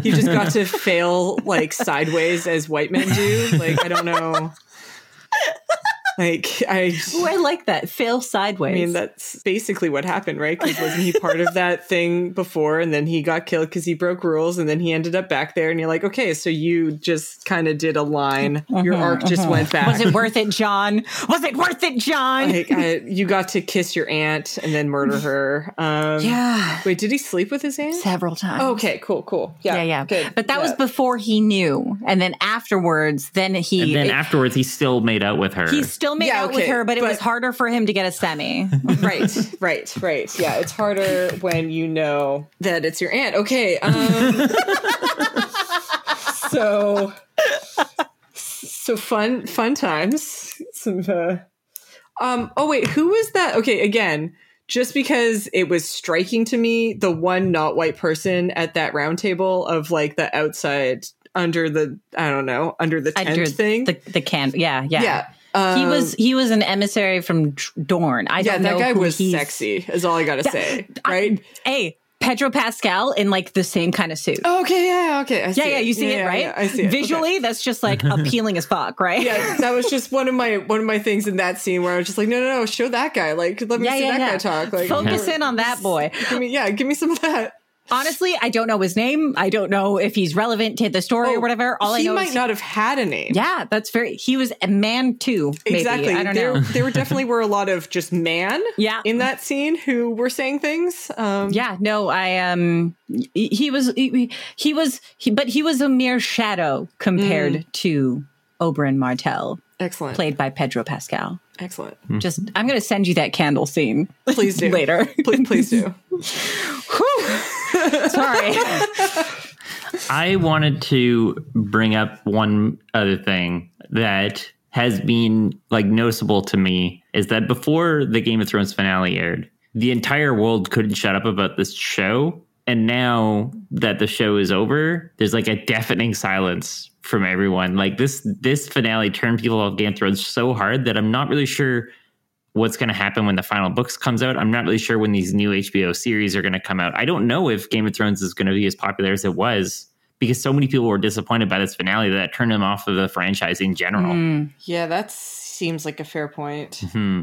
Speaker 3: He just got to fail like sideways as white men do. Like I don't know. Like I
Speaker 2: Ooh, I like that. Fail
Speaker 3: I
Speaker 2: sideways.
Speaker 3: mean, that's basically what happened, right? Because wasn't he part of that thing before, and then he got killed because he broke rules, and then he ended up back there, and you're like, okay, so you just kind of did a line. Your arc just went back.
Speaker 2: was it worth it, John? Was it worth it, John?
Speaker 3: like, I, you got to kiss your aunt and then murder her. Um,
Speaker 2: yeah,
Speaker 3: Wait, did he sleep with his aunt?
Speaker 2: several times.
Speaker 3: Okay, cool, cool. Yeah,
Speaker 2: yeah, yeah.
Speaker 3: Oh, Good.
Speaker 2: But that
Speaker 3: Yeah.
Speaker 2: was before he knew, and then afterwards, then he
Speaker 1: And then
Speaker 2: it-
Speaker 1: afterwards, he still made out with her.
Speaker 2: he still made
Speaker 3: Yeah,
Speaker 2: out with
Speaker 3: okay,
Speaker 2: her, but it
Speaker 3: but-
Speaker 2: was harder for him to get a semi.
Speaker 3: right, right, right. Yeah, it's harder when you know that it's your aunt. Okay. Um, so, so fun, fun times. Some, uh, um. Oh wait, who was that? Okay, again, just because it was striking to me, the one not white person at that round table of like the outside under the I don't know under the tent
Speaker 2: Under
Speaker 3: thing.
Speaker 2: the the can, yeah, yeah.
Speaker 3: yeah.
Speaker 2: He
Speaker 3: um,
Speaker 2: was he was an emissary from D- Dorn. I
Speaker 3: yeah,
Speaker 2: don't know
Speaker 3: that guy
Speaker 2: who
Speaker 3: was
Speaker 2: he's-
Speaker 3: sexy. Is all I gotta say,
Speaker 2: I-
Speaker 3: right?
Speaker 2: Hey, Pedro Pascal in like the same kind of suit.
Speaker 3: Oh, Okay, yeah, okay. I see
Speaker 2: yeah, yeah,
Speaker 3: it.
Speaker 2: you see it,
Speaker 3: yeah,
Speaker 2: right?
Speaker 3: yeah, I see it. okay.
Speaker 2: Visually, that's just like appealing as fuck, right?
Speaker 3: Yeah, that was just one of my one of my things in that scene where I was just like, no, no, no, show that guy. Like, let me
Speaker 2: Yeah,
Speaker 3: see
Speaker 2: yeah,
Speaker 3: that
Speaker 2: yeah.
Speaker 3: guy talk. Like,
Speaker 2: Focus in on that boy.
Speaker 3: give me, yeah, give me some of that.
Speaker 2: Honestly, I don't know his name. I don't know if he's relevant to the story or whatever. All
Speaker 3: Oh, he
Speaker 2: I know
Speaker 3: might
Speaker 2: is,
Speaker 3: not have had a name.
Speaker 2: yeah, that's very. He was a man too. Maybe.
Speaker 3: exactly.
Speaker 2: I don't
Speaker 3: there,
Speaker 2: know.
Speaker 3: there definitely were a lot of just man.
Speaker 2: Yeah.
Speaker 3: in that scene who were saying things. Um,
Speaker 2: Yeah, no, I um, he he was he, he was he, but he was a mere shadow compared
Speaker 3: Mm.
Speaker 2: to Oberyn Martell,
Speaker 3: excellent,
Speaker 2: played by Pedro Pascal.
Speaker 3: excellent.
Speaker 2: Just, I'm gonna send you that candle scene
Speaker 3: Please do
Speaker 2: later.
Speaker 3: Please, please do.
Speaker 2: Sorry.
Speaker 1: I wanted to bring up one other thing that has been like noticeable to me is that before the Game of Thrones finale aired, the entire world couldn't shut up about this show. And now that the show is over, there's like a deafening silence from everyone. Like this this finale turned people off Game of Thrones so hard that I'm not really sure what's going to happen when the final books comes out. I'm not really sure when these new HBO series are going to come out. I don't know if Game of Thrones is going to be as popular as it was because so many people were disappointed by this finale that turned them off of the franchise in general.
Speaker 2: Mm.
Speaker 3: Yeah, that seems like a fair point.
Speaker 1: Hmm.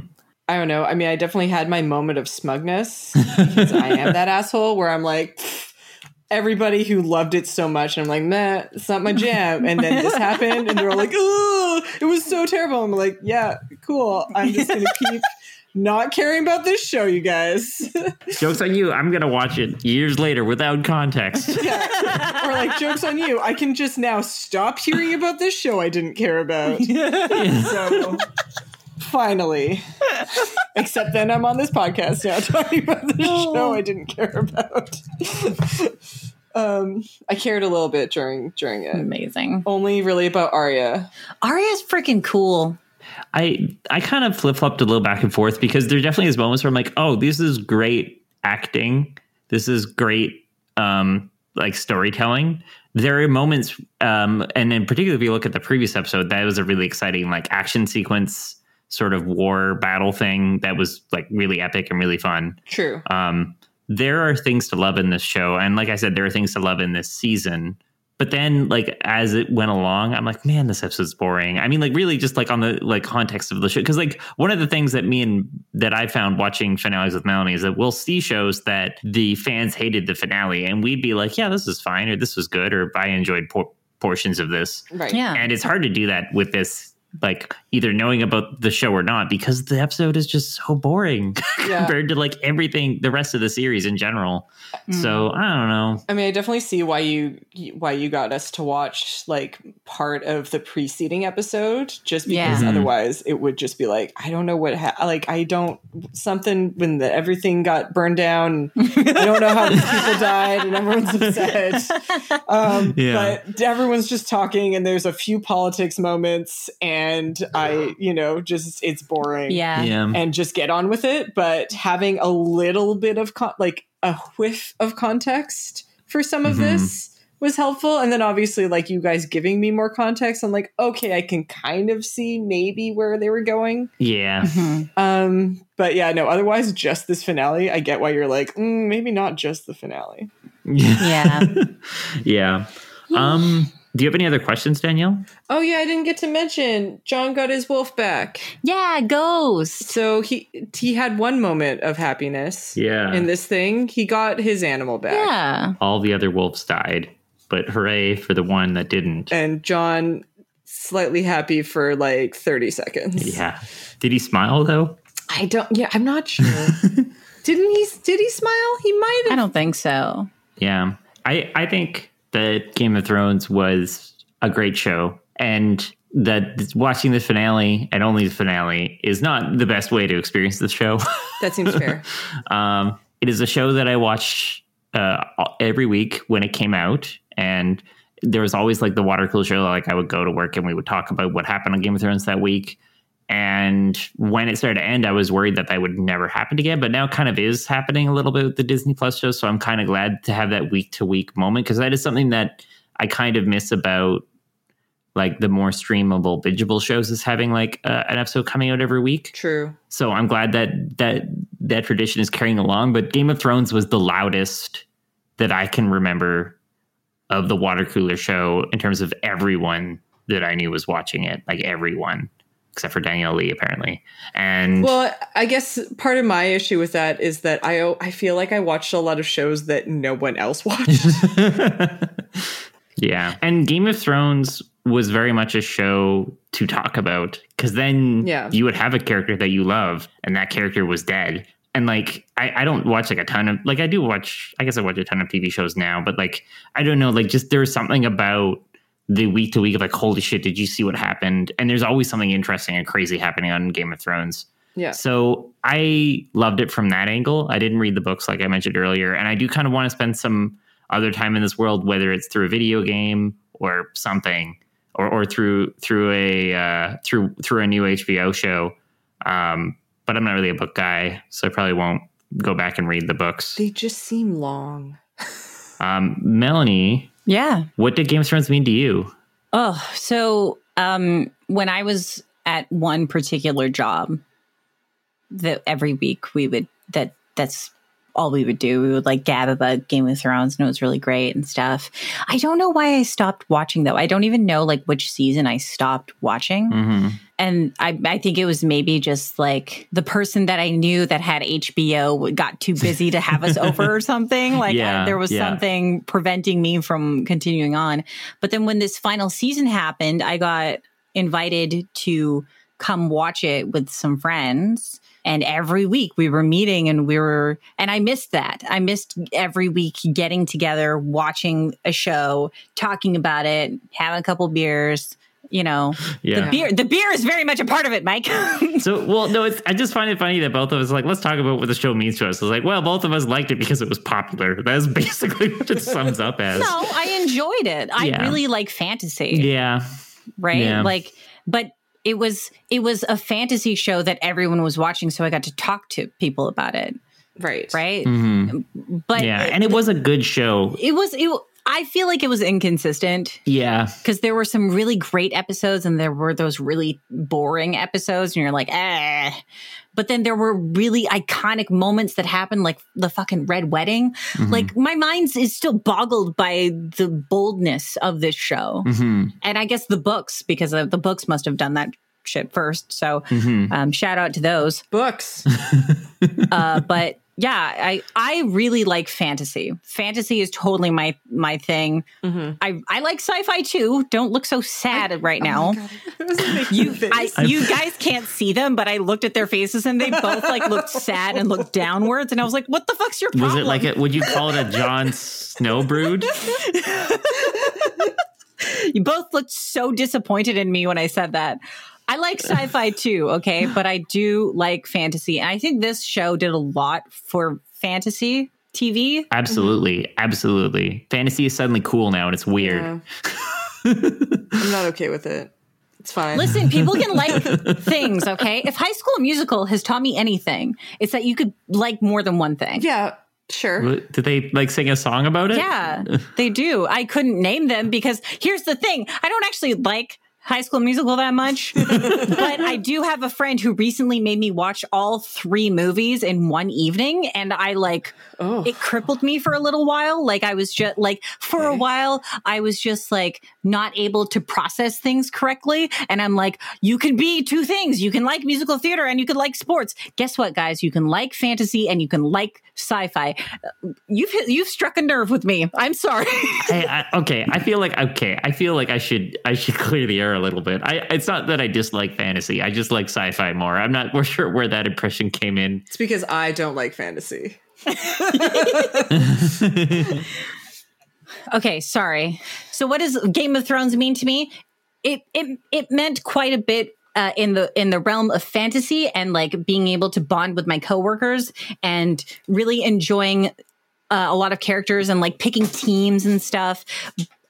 Speaker 3: I don't know. I mean, I definitely had my moment of smugness because I am that asshole where I'm like, "Pfft, everybody who loved it so much, and I'm like, meh, it's not my jam. And then this happened, and they're all like, oh, it was so terrible. I'm like, yeah, cool. I'm just going to keep not caring about this show, you guys.
Speaker 1: Jokes on you! I'm going to watch it years later without context.
Speaker 3: or like, jokes on you. I can just now stop hearing about this show I didn't care about. so. Finally, except then I'm on this podcast now talking about the show I didn't care about. um, I cared a little bit during during it,
Speaker 2: Amazing.
Speaker 3: only really about Arya.
Speaker 2: Arya's freaking cool.
Speaker 1: I I kind of flip flopped a little back and forth because there definitely is moments where I'm like, oh, this is great acting. This is great um like storytelling. there are moments, um, and in particular, if you look at the previous episode, that was a really exciting like action sequence sort of war battle thing that was like really epic and really fun.
Speaker 3: True.
Speaker 1: Um, there are things to love in this show, and like I said, there are things to love in this season. But then, like as it went along, I'm like, man, this episode's boring. I mean, like really, just like on the like context of the show, because like one of the things that me and that I found watching finales with Melanie is that we'll see shows that the fans hated the finale, and we'd be like, yeah, this is fine, or this was good, or I enjoyed por- portions of this.
Speaker 3: Right.
Speaker 2: Yeah.
Speaker 1: And it's hard to do that with this, like either knowing about the show or not, because the episode is just so boring
Speaker 3: Yeah.
Speaker 1: compared to like everything, the rest of the series in general. So I don't know.
Speaker 3: I mean, I definitely see why you why you got us to watch like part of the preceding episode, just because
Speaker 1: Yeah. Mhm.
Speaker 3: otherwise it would just be like, I don't know what, ha- like I don't something when the, everything got burned down. I don't know how these people died, and everyone's upset. Um,
Speaker 1: Yeah.
Speaker 3: But everyone's just talking, and there's a few politics moments, and I, you know, just it's boring
Speaker 2: yeah.
Speaker 1: Yeah.
Speaker 3: and just get on with it. But having a little bit of con- like a whiff of context for some of
Speaker 1: Mhm.
Speaker 3: this was helpful. And then obviously, like you guys giving me more context, I'm like, okay, I can kind of see maybe where they were going.
Speaker 1: Yeah.
Speaker 3: Um, but yeah, no. Otherwise, just this finale. I get why you're like, mm, maybe not just the finale.
Speaker 2: Yeah.
Speaker 1: yeah. Um, do you have any other questions, Danielle?
Speaker 3: Oh yeah, I didn't get to mention John got his wolf back.
Speaker 2: Yeah, ghost.
Speaker 3: So he he had one moment of happiness.
Speaker 1: Yeah.
Speaker 3: In this thing, he got his animal back.
Speaker 2: Yeah.
Speaker 1: All the other wolves died, but hooray for the one that didn't.
Speaker 3: and John slightly happy for like 30 seconds.
Speaker 1: Yeah. Did he smile though?
Speaker 3: I don't yeah, I'm not sure. Didn't he did he smile? He might
Speaker 2: I
Speaker 3: have
Speaker 2: don't think so.
Speaker 1: Yeah. I, I think that Game of Thrones was a great show and that watching the finale and only the finale is not the best way to experience the show.
Speaker 3: That seems fair.
Speaker 1: um, it is a show that I watch uh, every week when it came out and there was always like the water cooler show like I would go to work and we would talk about what happened on Game of Thrones that week. And when it started to end, I was worried that that would never happen again. But now it kind of is happening a little bit with the Disney Plus show. So I'm kind of glad to have that week to week moment because that is something that I kind of miss about like the more streamable, bingeable shows is having like uh, an episode coming out every week.
Speaker 3: True.
Speaker 1: So I'm glad that that that tradition is carrying along. But Game of Thrones was the loudest that I can remember of the water cooler show in terms of everyone that I knew was watching it, like everyone except for Danielle Lee apparently. And
Speaker 3: Well, I guess part of my issue with that is that I I feel like I watched a lot of shows that no one else watched.
Speaker 1: yeah, and Game of Thrones was very much a show to talk about because then
Speaker 3: Yeah.
Speaker 1: you would have a character that you love, and that character was dead. And like, I, I don't watch like a ton of like I do watch. I guess I watch a ton of TV shows now, but like I don't know. Like, just there was something about the week to week of like, holy shit, did you see what happened? And there's always something interesting and crazy happening on Game of Thrones.
Speaker 3: yeah.
Speaker 1: So I loved it from that angle. I didn't read the books like I mentioned earlier, and I do kind of want to spend some other time in this world, whether it's through a video game or something, or or through through a uh, through through a new HBO show. Um, but I'm not really a book guy, so I probably won't go back and read the books.
Speaker 3: They just seem long.
Speaker 1: Um, Melanie,
Speaker 2: Yeah.
Speaker 1: what did Game of Thrones mean to you?
Speaker 2: Oh, so um when I was at one particular job that every week we would that that's all we would do. We would like gab about Game of Thrones and it was really great and stuff. I don't know why I stopped watching though. I don't even know like which season I stopped watching.
Speaker 1: Mm-hmm.
Speaker 2: And I, I think it was maybe just like the person that I knew that had HBO got too busy to have us over or something. Like I-
Speaker 1: Yeah,
Speaker 2: there was
Speaker 1: yeah.
Speaker 2: something preventing me from continuing on. But then when this final season happened, I got invited to come watch it with some friends. And every week we were meeting and we were, and I missed that. I missed every week getting together, watching a show, talking about it, having a couple beers, you know,
Speaker 1: Yeah.
Speaker 2: the beer, the beer is very much a part of it, Mike.
Speaker 1: So, well, no, it's, I just find it funny that both of us are like, let's talk about what the show means to us. It's like, well, both of us liked it because it was popular. That's basically what it sums up as.
Speaker 2: no, I enjoyed it. I
Speaker 1: Yeah.
Speaker 2: really like fantasy,
Speaker 1: Yeah.
Speaker 2: right?
Speaker 1: yeah.
Speaker 2: Like, but it was it was a fantasy show that everyone was watching, so I got to talk to people about it,
Speaker 3: Right.
Speaker 2: right?
Speaker 1: hmm
Speaker 2: But
Speaker 1: Yeah. And it was a good show.
Speaker 2: it was it I feel like it was inconsistent
Speaker 1: Yeah.
Speaker 2: because there were some really great episodes and there were those really boring episodes, and you're like, eh. But then there were really iconic moments that happened, like the fucking red wedding. Like my mind is still boggled by the boldness of this show,
Speaker 1: hmm
Speaker 2: and I guess the books because uh, the books must have done that shit first. So
Speaker 1: hmm
Speaker 2: um, shout out to those.
Speaker 3: Books.
Speaker 2: uh, but yeah, I I really like fantasy. Fantasy is totally my my thing. I I like sci-fi too. Don't look so sad right now.
Speaker 3: you,
Speaker 2: I, you guys can't see them, but I looked at their faces and they both like looked sad and looked downwards, and I was like, "What the fuck's your problem?"
Speaker 1: Was it like a, would you call it a John Snow brood?
Speaker 2: you both looked so disappointed in me when I said that. I like sci-fi too, okay, but I do like fantasy, and I think this show did a lot for fantasy TV.
Speaker 1: Absolutely. Absolutely. Fantasy is suddenly cool now and it's weird.
Speaker 3: Yeah. I'm not okay with it. It's fine.
Speaker 2: Listen, people can like things, okay? If High School Musical has taught me anything, it's that you could like more than one thing.
Speaker 3: Yeah, sure.
Speaker 1: What- Did they like sing a song about it?
Speaker 2: Yeah, they do. I couldn't name them because here's the thing I don't actually like High School Musical that much, but I do have a friend who recently made me watch all three movies in one evening, and I like
Speaker 3: Oh.
Speaker 2: it crippled me for a little while. Like I was just like for a while, I was just like not able to process things correctly. And I'm like, you can be two things. You can like musical theater and you can like sports. Guess what, guys? You can like fantasy and you can like sci-fi. Uh, You've hit, you've struck a nerve with me. I'm sorry.
Speaker 1: Hey, I, okay. I feel like okay. I feel like I should I should clear the air a little bit. I it's not that I dislike fantasy. I just like sci-fi more. I'm not we're sure where that impression came in.
Speaker 3: It's because I don't like fantasy.
Speaker 2: okay, sorry. So what does Game of Thrones mean to me? It it it meant quite a bit uh, in the in the realm of fantasy and like being able to bond with my coworkers and really enjoying uh, a lot of characters and like picking teams and stuff.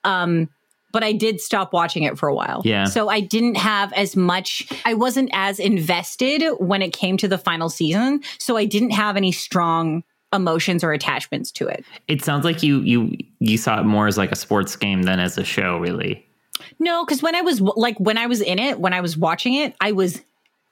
Speaker 2: Um, but I did stop watching it for a while.
Speaker 1: Yeah.
Speaker 2: So I didn't have as much, I wasn't as invested when it came to the final season. So I didn't have any strong emotions or attachments to it.
Speaker 1: It sounds like you you you saw it more as like a sports game than as a show, really.
Speaker 2: No, because when I was like when I was in it, when I was watching it, I was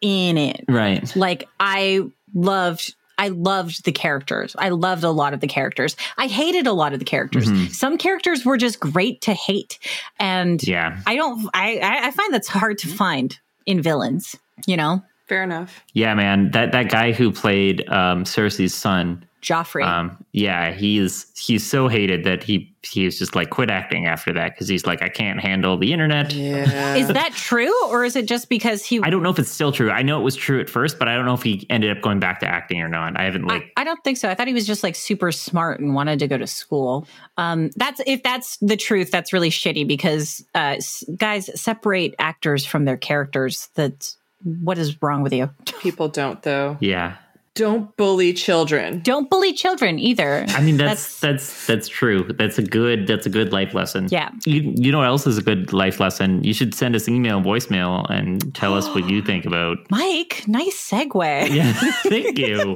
Speaker 2: in it.
Speaker 1: Right.
Speaker 2: Like I loved I loved the characters. I loved a lot of the characters. I hated a lot of the characters. Some characters were just great to hate. And
Speaker 1: Mm-hmm. Yeah.
Speaker 2: I don't I, I I find that's hard to find in villains, you know?
Speaker 3: Fair enough.
Speaker 1: Yeah, man. That that guy who played um Cersei's son.
Speaker 2: Joffrey.
Speaker 1: Um yeah, he's he's so hated that he he was just like quit acting after that cuz he's like I can't handle the internet.
Speaker 3: Yeah.
Speaker 2: is that true or is it just because he
Speaker 1: I don't know if it's still true. I know it was true at first, but I don't know if he ended up going back to acting or not. I haven't like
Speaker 2: I, I don't think so. I thought he was just like super smart and wanted to go to school. Um, that's if that's the truth, that's really shitty because uh, s- guys separate actors from their characters. That's what is wrong with you?
Speaker 3: People don't though.
Speaker 1: yeah.
Speaker 3: Don't bully children.
Speaker 2: Don't bully children either.
Speaker 1: I mean that's that's that's true. That's a good that's a good life lesson.
Speaker 2: Yeah.
Speaker 1: You you know what else is a good life lesson? You should send us an email, voicemail, and tell us what you think about.
Speaker 2: Mike, nice segue.
Speaker 1: Yeah. Thank you.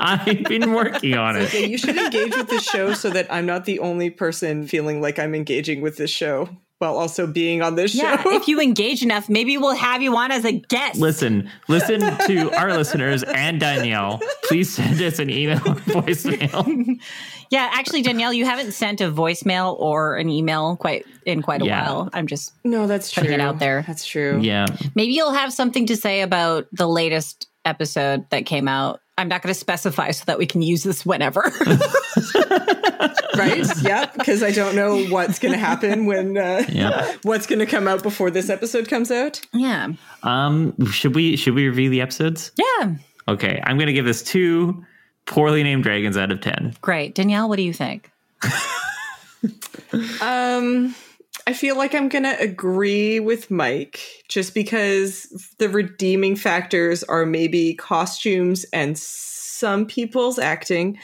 Speaker 1: I've been working on it.
Speaker 3: Yeah, you should engage with the show so that I'm not the only person feeling like I'm engaging with this show while also being on this
Speaker 2: Yeah,
Speaker 3: show.
Speaker 2: if you engage enough, maybe we'll have you on as a guest.
Speaker 1: Listen, listen to our listeners and Danielle. Please send us an email or voicemail.
Speaker 2: Yeah, actually, Danielle, you haven't sent a voicemail or an email quite in quite a
Speaker 1: Yeah.
Speaker 2: while. I'm just
Speaker 3: No, that's true.
Speaker 2: Putting it out there.
Speaker 3: That's true.
Speaker 1: Yeah.
Speaker 2: Maybe you'll have something to say about the latest episode that came out. I'm not going to specify so that we can use this whenever.
Speaker 3: Right? yep. Because I don't know what's going to happen when, uh,
Speaker 1: Yeah.
Speaker 3: what's going to come out before this episode comes out.
Speaker 2: yeah.
Speaker 1: Um should we should we review the episodes?
Speaker 2: Yeah.
Speaker 1: Okay, I'm gonna give this two poorly named dragons out of ten.
Speaker 2: Great. Danielle, what do you think?
Speaker 3: Um, I feel like I'm gonna agree with Mike just because the redeeming factors are maybe costumes and some people's acting.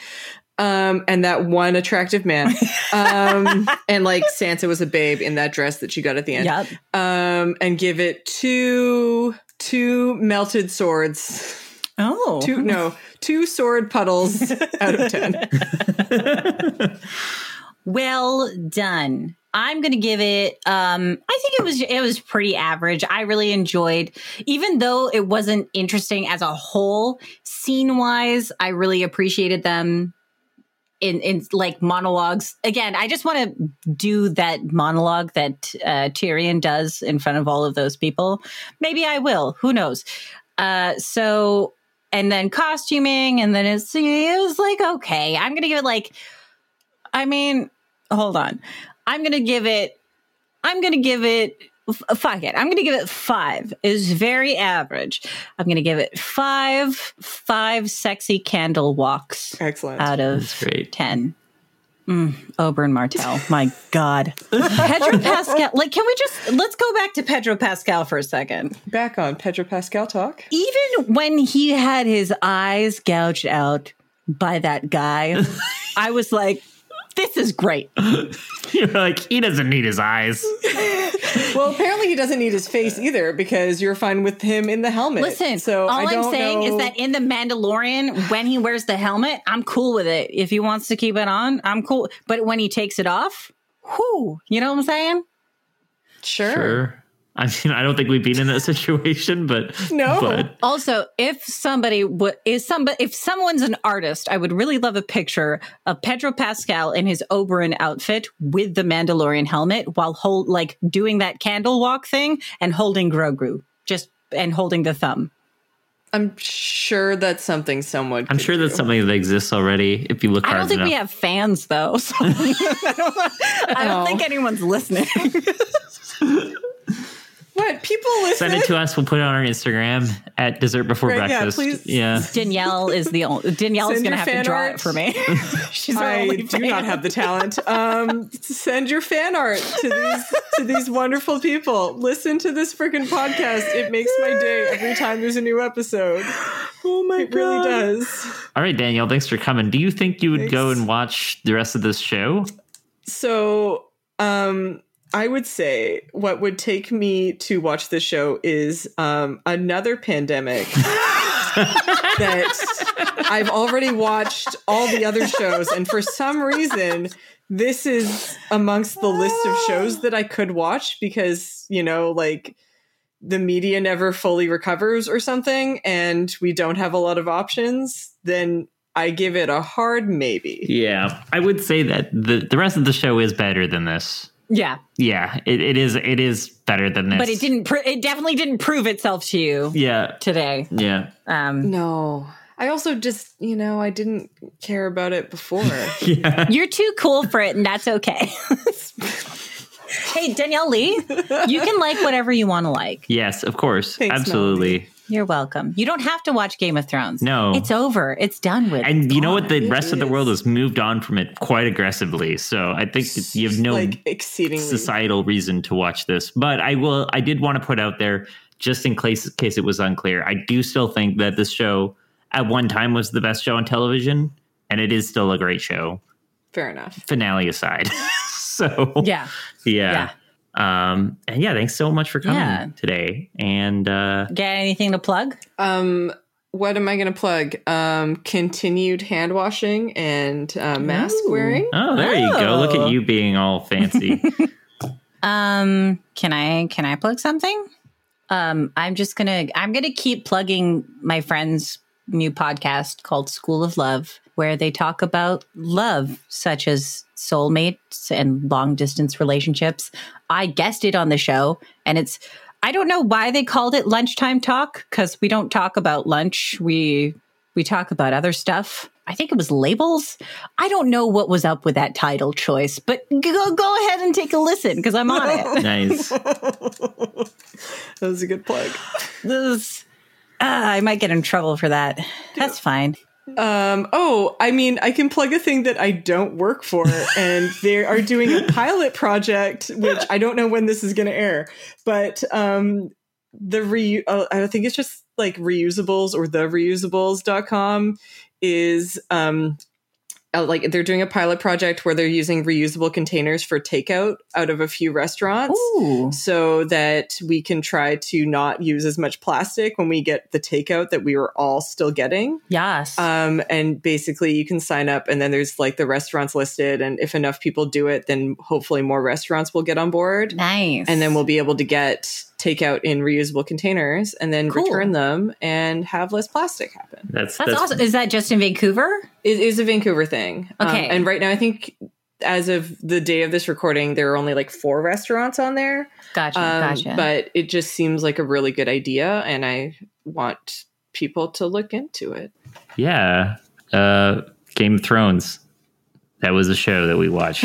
Speaker 3: Um, and that one attractive man. Um, and like Sansa was a babe in that dress that she got at the end.
Speaker 2: Yep.
Speaker 3: Um, and give it two two melted swords.
Speaker 2: Oh.
Speaker 3: Two no, two sword puddles out of ten.
Speaker 2: well done. I'm going to give it um I think it was it was pretty average. I really enjoyed even though it wasn't interesting as a whole scene-wise, I really appreciated them in in like monologues. Again, I just want to do that monologue that uh, Tyrion does in front of all of those people. Maybe I will. Who knows? Uh, so and then costuming, and then it's it was like okay. I'm gonna give it like, I mean, hold on. I'm gonna give it. I'm gonna give it. f- Fuck it. I'm gonna give it five. It's very average. I'm gonna give it five. Five sexy candle walks
Speaker 3: Excellent.
Speaker 2: out of
Speaker 1: That's great.
Speaker 2: 10. Mm, Oberyn Martel. My God. Pedro Pascal. Like, can we just, let's go back to Pedro Pascal for a second.
Speaker 3: Back on Pedro Pascal talk.
Speaker 2: Even when he had his eyes gouged out by that guy, I was like, this is great.
Speaker 1: You're like, he doesn't need his eyes.
Speaker 3: Well, apparently he doesn't need his face either because you're fine with him in the helmet.
Speaker 2: Listen,
Speaker 3: so I
Speaker 2: all I'm
Speaker 3: don't
Speaker 2: saying is
Speaker 3: know-
Speaker 2: that in The Mandalorian, when he wears the helmet, I'm cool with it. If he wants to keep it on, I'm cool. But when he takes it off, whoo, you know what I'm saying?
Speaker 3: sure.
Speaker 1: Sure. I mean, I don't think we've been in that situation, but
Speaker 3: No.
Speaker 1: but
Speaker 2: Also, if somebody would is somebody if someone's an artist, I would really love a picture of Pedro Pascal in his Oberon outfit with the Mandalorian helmet while hold like doing that candle walk thing and holding Grogu just and holding the thumb.
Speaker 3: I'm sure that's something someone.
Speaker 1: I'm
Speaker 3: could
Speaker 1: sure that's
Speaker 3: do.
Speaker 1: something that exists already if you look
Speaker 2: I
Speaker 1: hard
Speaker 2: don't think
Speaker 1: enough.
Speaker 2: we have fans though. So I don't, I don't think anyone's listening.
Speaker 3: what people listen.
Speaker 1: Send it to us. We'll put it on our Instagram at dessert before
Speaker 3: Right, yeah,
Speaker 1: breakfast.
Speaker 3: please.
Speaker 1: yeah.
Speaker 2: Danielle is the only Danielle is
Speaker 3: Send
Speaker 2: going
Speaker 3: your
Speaker 2: to have to
Speaker 3: fan
Speaker 2: draw
Speaker 3: art.
Speaker 2: it for me. She's our
Speaker 3: I
Speaker 2: only
Speaker 3: do
Speaker 2: fan.
Speaker 3: not have the talent. Um, send your fan art to these to these wonderful people. Listen to this freaking podcast. It makes my day every time there's a new episode. Oh my it really does.
Speaker 1: All right, Danielle, thanks for coming. Do you think you would go
Speaker 3: Thanks.
Speaker 1: and watch the rest of this show?
Speaker 3: So, um, I would say what would take me to watch this show is um, another pandemic that I've already watched all the other shows, and for some reason, this is amongst the list of shows that I could watch because you know, like the media never fully recovers or something, and we don't have a lot of options. Then I give it a hard maybe.
Speaker 1: Yeah. I would say that the, the rest of the show is better than this.
Speaker 2: yeah,
Speaker 1: Yeah, it, it is it is better than this.
Speaker 2: but it didn't. Pr- it definitely didn't prove itself to you
Speaker 1: Yeah.
Speaker 2: today.
Speaker 1: Yeah.
Speaker 2: Um,
Speaker 3: No. I also just, you know, I didn't care about it before.
Speaker 1: Yeah.
Speaker 2: You're too cool for it, and that's okay. hey, Danielle Lee, you can like whatever you want to like.
Speaker 1: Yes, of course.
Speaker 3: Thanks,
Speaker 1: Absolutely.
Speaker 2: You're welcome. You don't have to watch Game of Thrones.
Speaker 1: No.
Speaker 2: It's over. It's done with.
Speaker 1: And you know what? The rest of the world has moved on from it quite aggressively. So I think that you have no
Speaker 3: like exceedingly.
Speaker 1: societal reason to watch this. But I will. I did want to put out there, just in case case it was unclear. I do still think that this show at one time was the best show on television, and it is still a great show.
Speaker 3: Fair enough.
Speaker 1: Finale aside, so
Speaker 2: yeah.
Speaker 1: yeah. Um, and yeah, thanks so much for coming
Speaker 2: Yeah.
Speaker 1: today. And uh,
Speaker 2: Get anything to plug?
Speaker 3: Um, what am I going to plug? Um, continued hand washing and uh, mask wearing.
Speaker 1: oh, there you go. Look
Speaker 2: Oh.
Speaker 1: at you being all fancy.
Speaker 2: Um, can I can I plug something? Um, I'm just gonna I'm gonna keep plugging my friend's new podcast called School of Love, where they talk about love, such as soulmates and long distance relationships. I guessed it on the show, and it's I don't know why they called it lunchtime talk because we don't talk about lunch. We we talk about other stuff. I think it was labels. I don't know what was up with that title choice, but go go ahead and take a listen because I'm on it.
Speaker 1: nice.
Speaker 3: That was a good plug.
Speaker 2: This, ah, I might get in trouble for that. That's fine.
Speaker 3: Um, oh, I mean, I can plug a thing that I don't work for, and they are doing a pilot project, which I don't know when this is going to air, but um, the re uh, I think it's just like reusables or the reusables.com is um, uh, like they're doing a pilot project where they're using reusable containers for takeout out of a few restaurants
Speaker 2: Ooh.
Speaker 3: so that we can try to not use as much plastic when we get the takeout that we were all still getting.
Speaker 2: Yes.
Speaker 3: Um, and basically, you can sign up, and then there's like the restaurants listed. And if enough people do it, then hopefully more restaurants will get on board.
Speaker 2: nice.
Speaker 3: And then we'll be able to get takeout in reusable containers and then
Speaker 2: Cool.
Speaker 3: return them and have less plastic happen.
Speaker 1: That's
Speaker 2: That's, awesome. Is that just in Vancouver?
Speaker 3: It is a Vancouver thing. Um,
Speaker 2: Okay.
Speaker 3: and right now, I think as of the day of this recording, there are only like four restaurants on there.
Speaker 2: Gotcha.
Speaker 3: Um,
Speaker 2: gotcha.
Speaker 3: But it just seems like a really good idea, and I want people to look into it.
Speaker 1: Yeah. Uh, Game of Thrones. That was a show that we watched.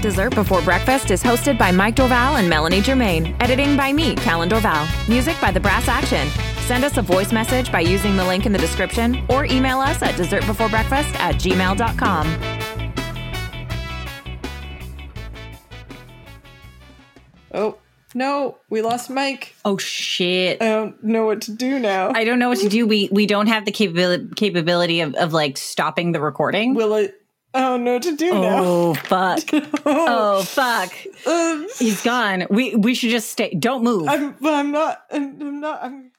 Speaker 8: Dessert Before Breakfast is hosted by Mike Dorval and Melanie Germain. Editing by me, Callan Dorval. Music by The Brass Action. Send us a voice message by using the link in the description or email us at dessertbeforebreakfast at gmail.com.
Speaker 3: Oh no, we lost Mike.
Speaker 2: oh shit.
Speaker 3: I don't know what to do now.
Speaker 2: I don't know what to do. We we don't have the capability capability of, of like stopping the recording.
Speaker 3: Will it? I don't know what to do
Speaker 2: Oh fuck.
Speaker 3: now.
Speaker 2: Oh fuck.
Speaker 3: Um,
Speaker 2: He's gone. We we should just stay. Don't move.
Speaker 3: I'm, I'm not. I'm, I'm not. I'm.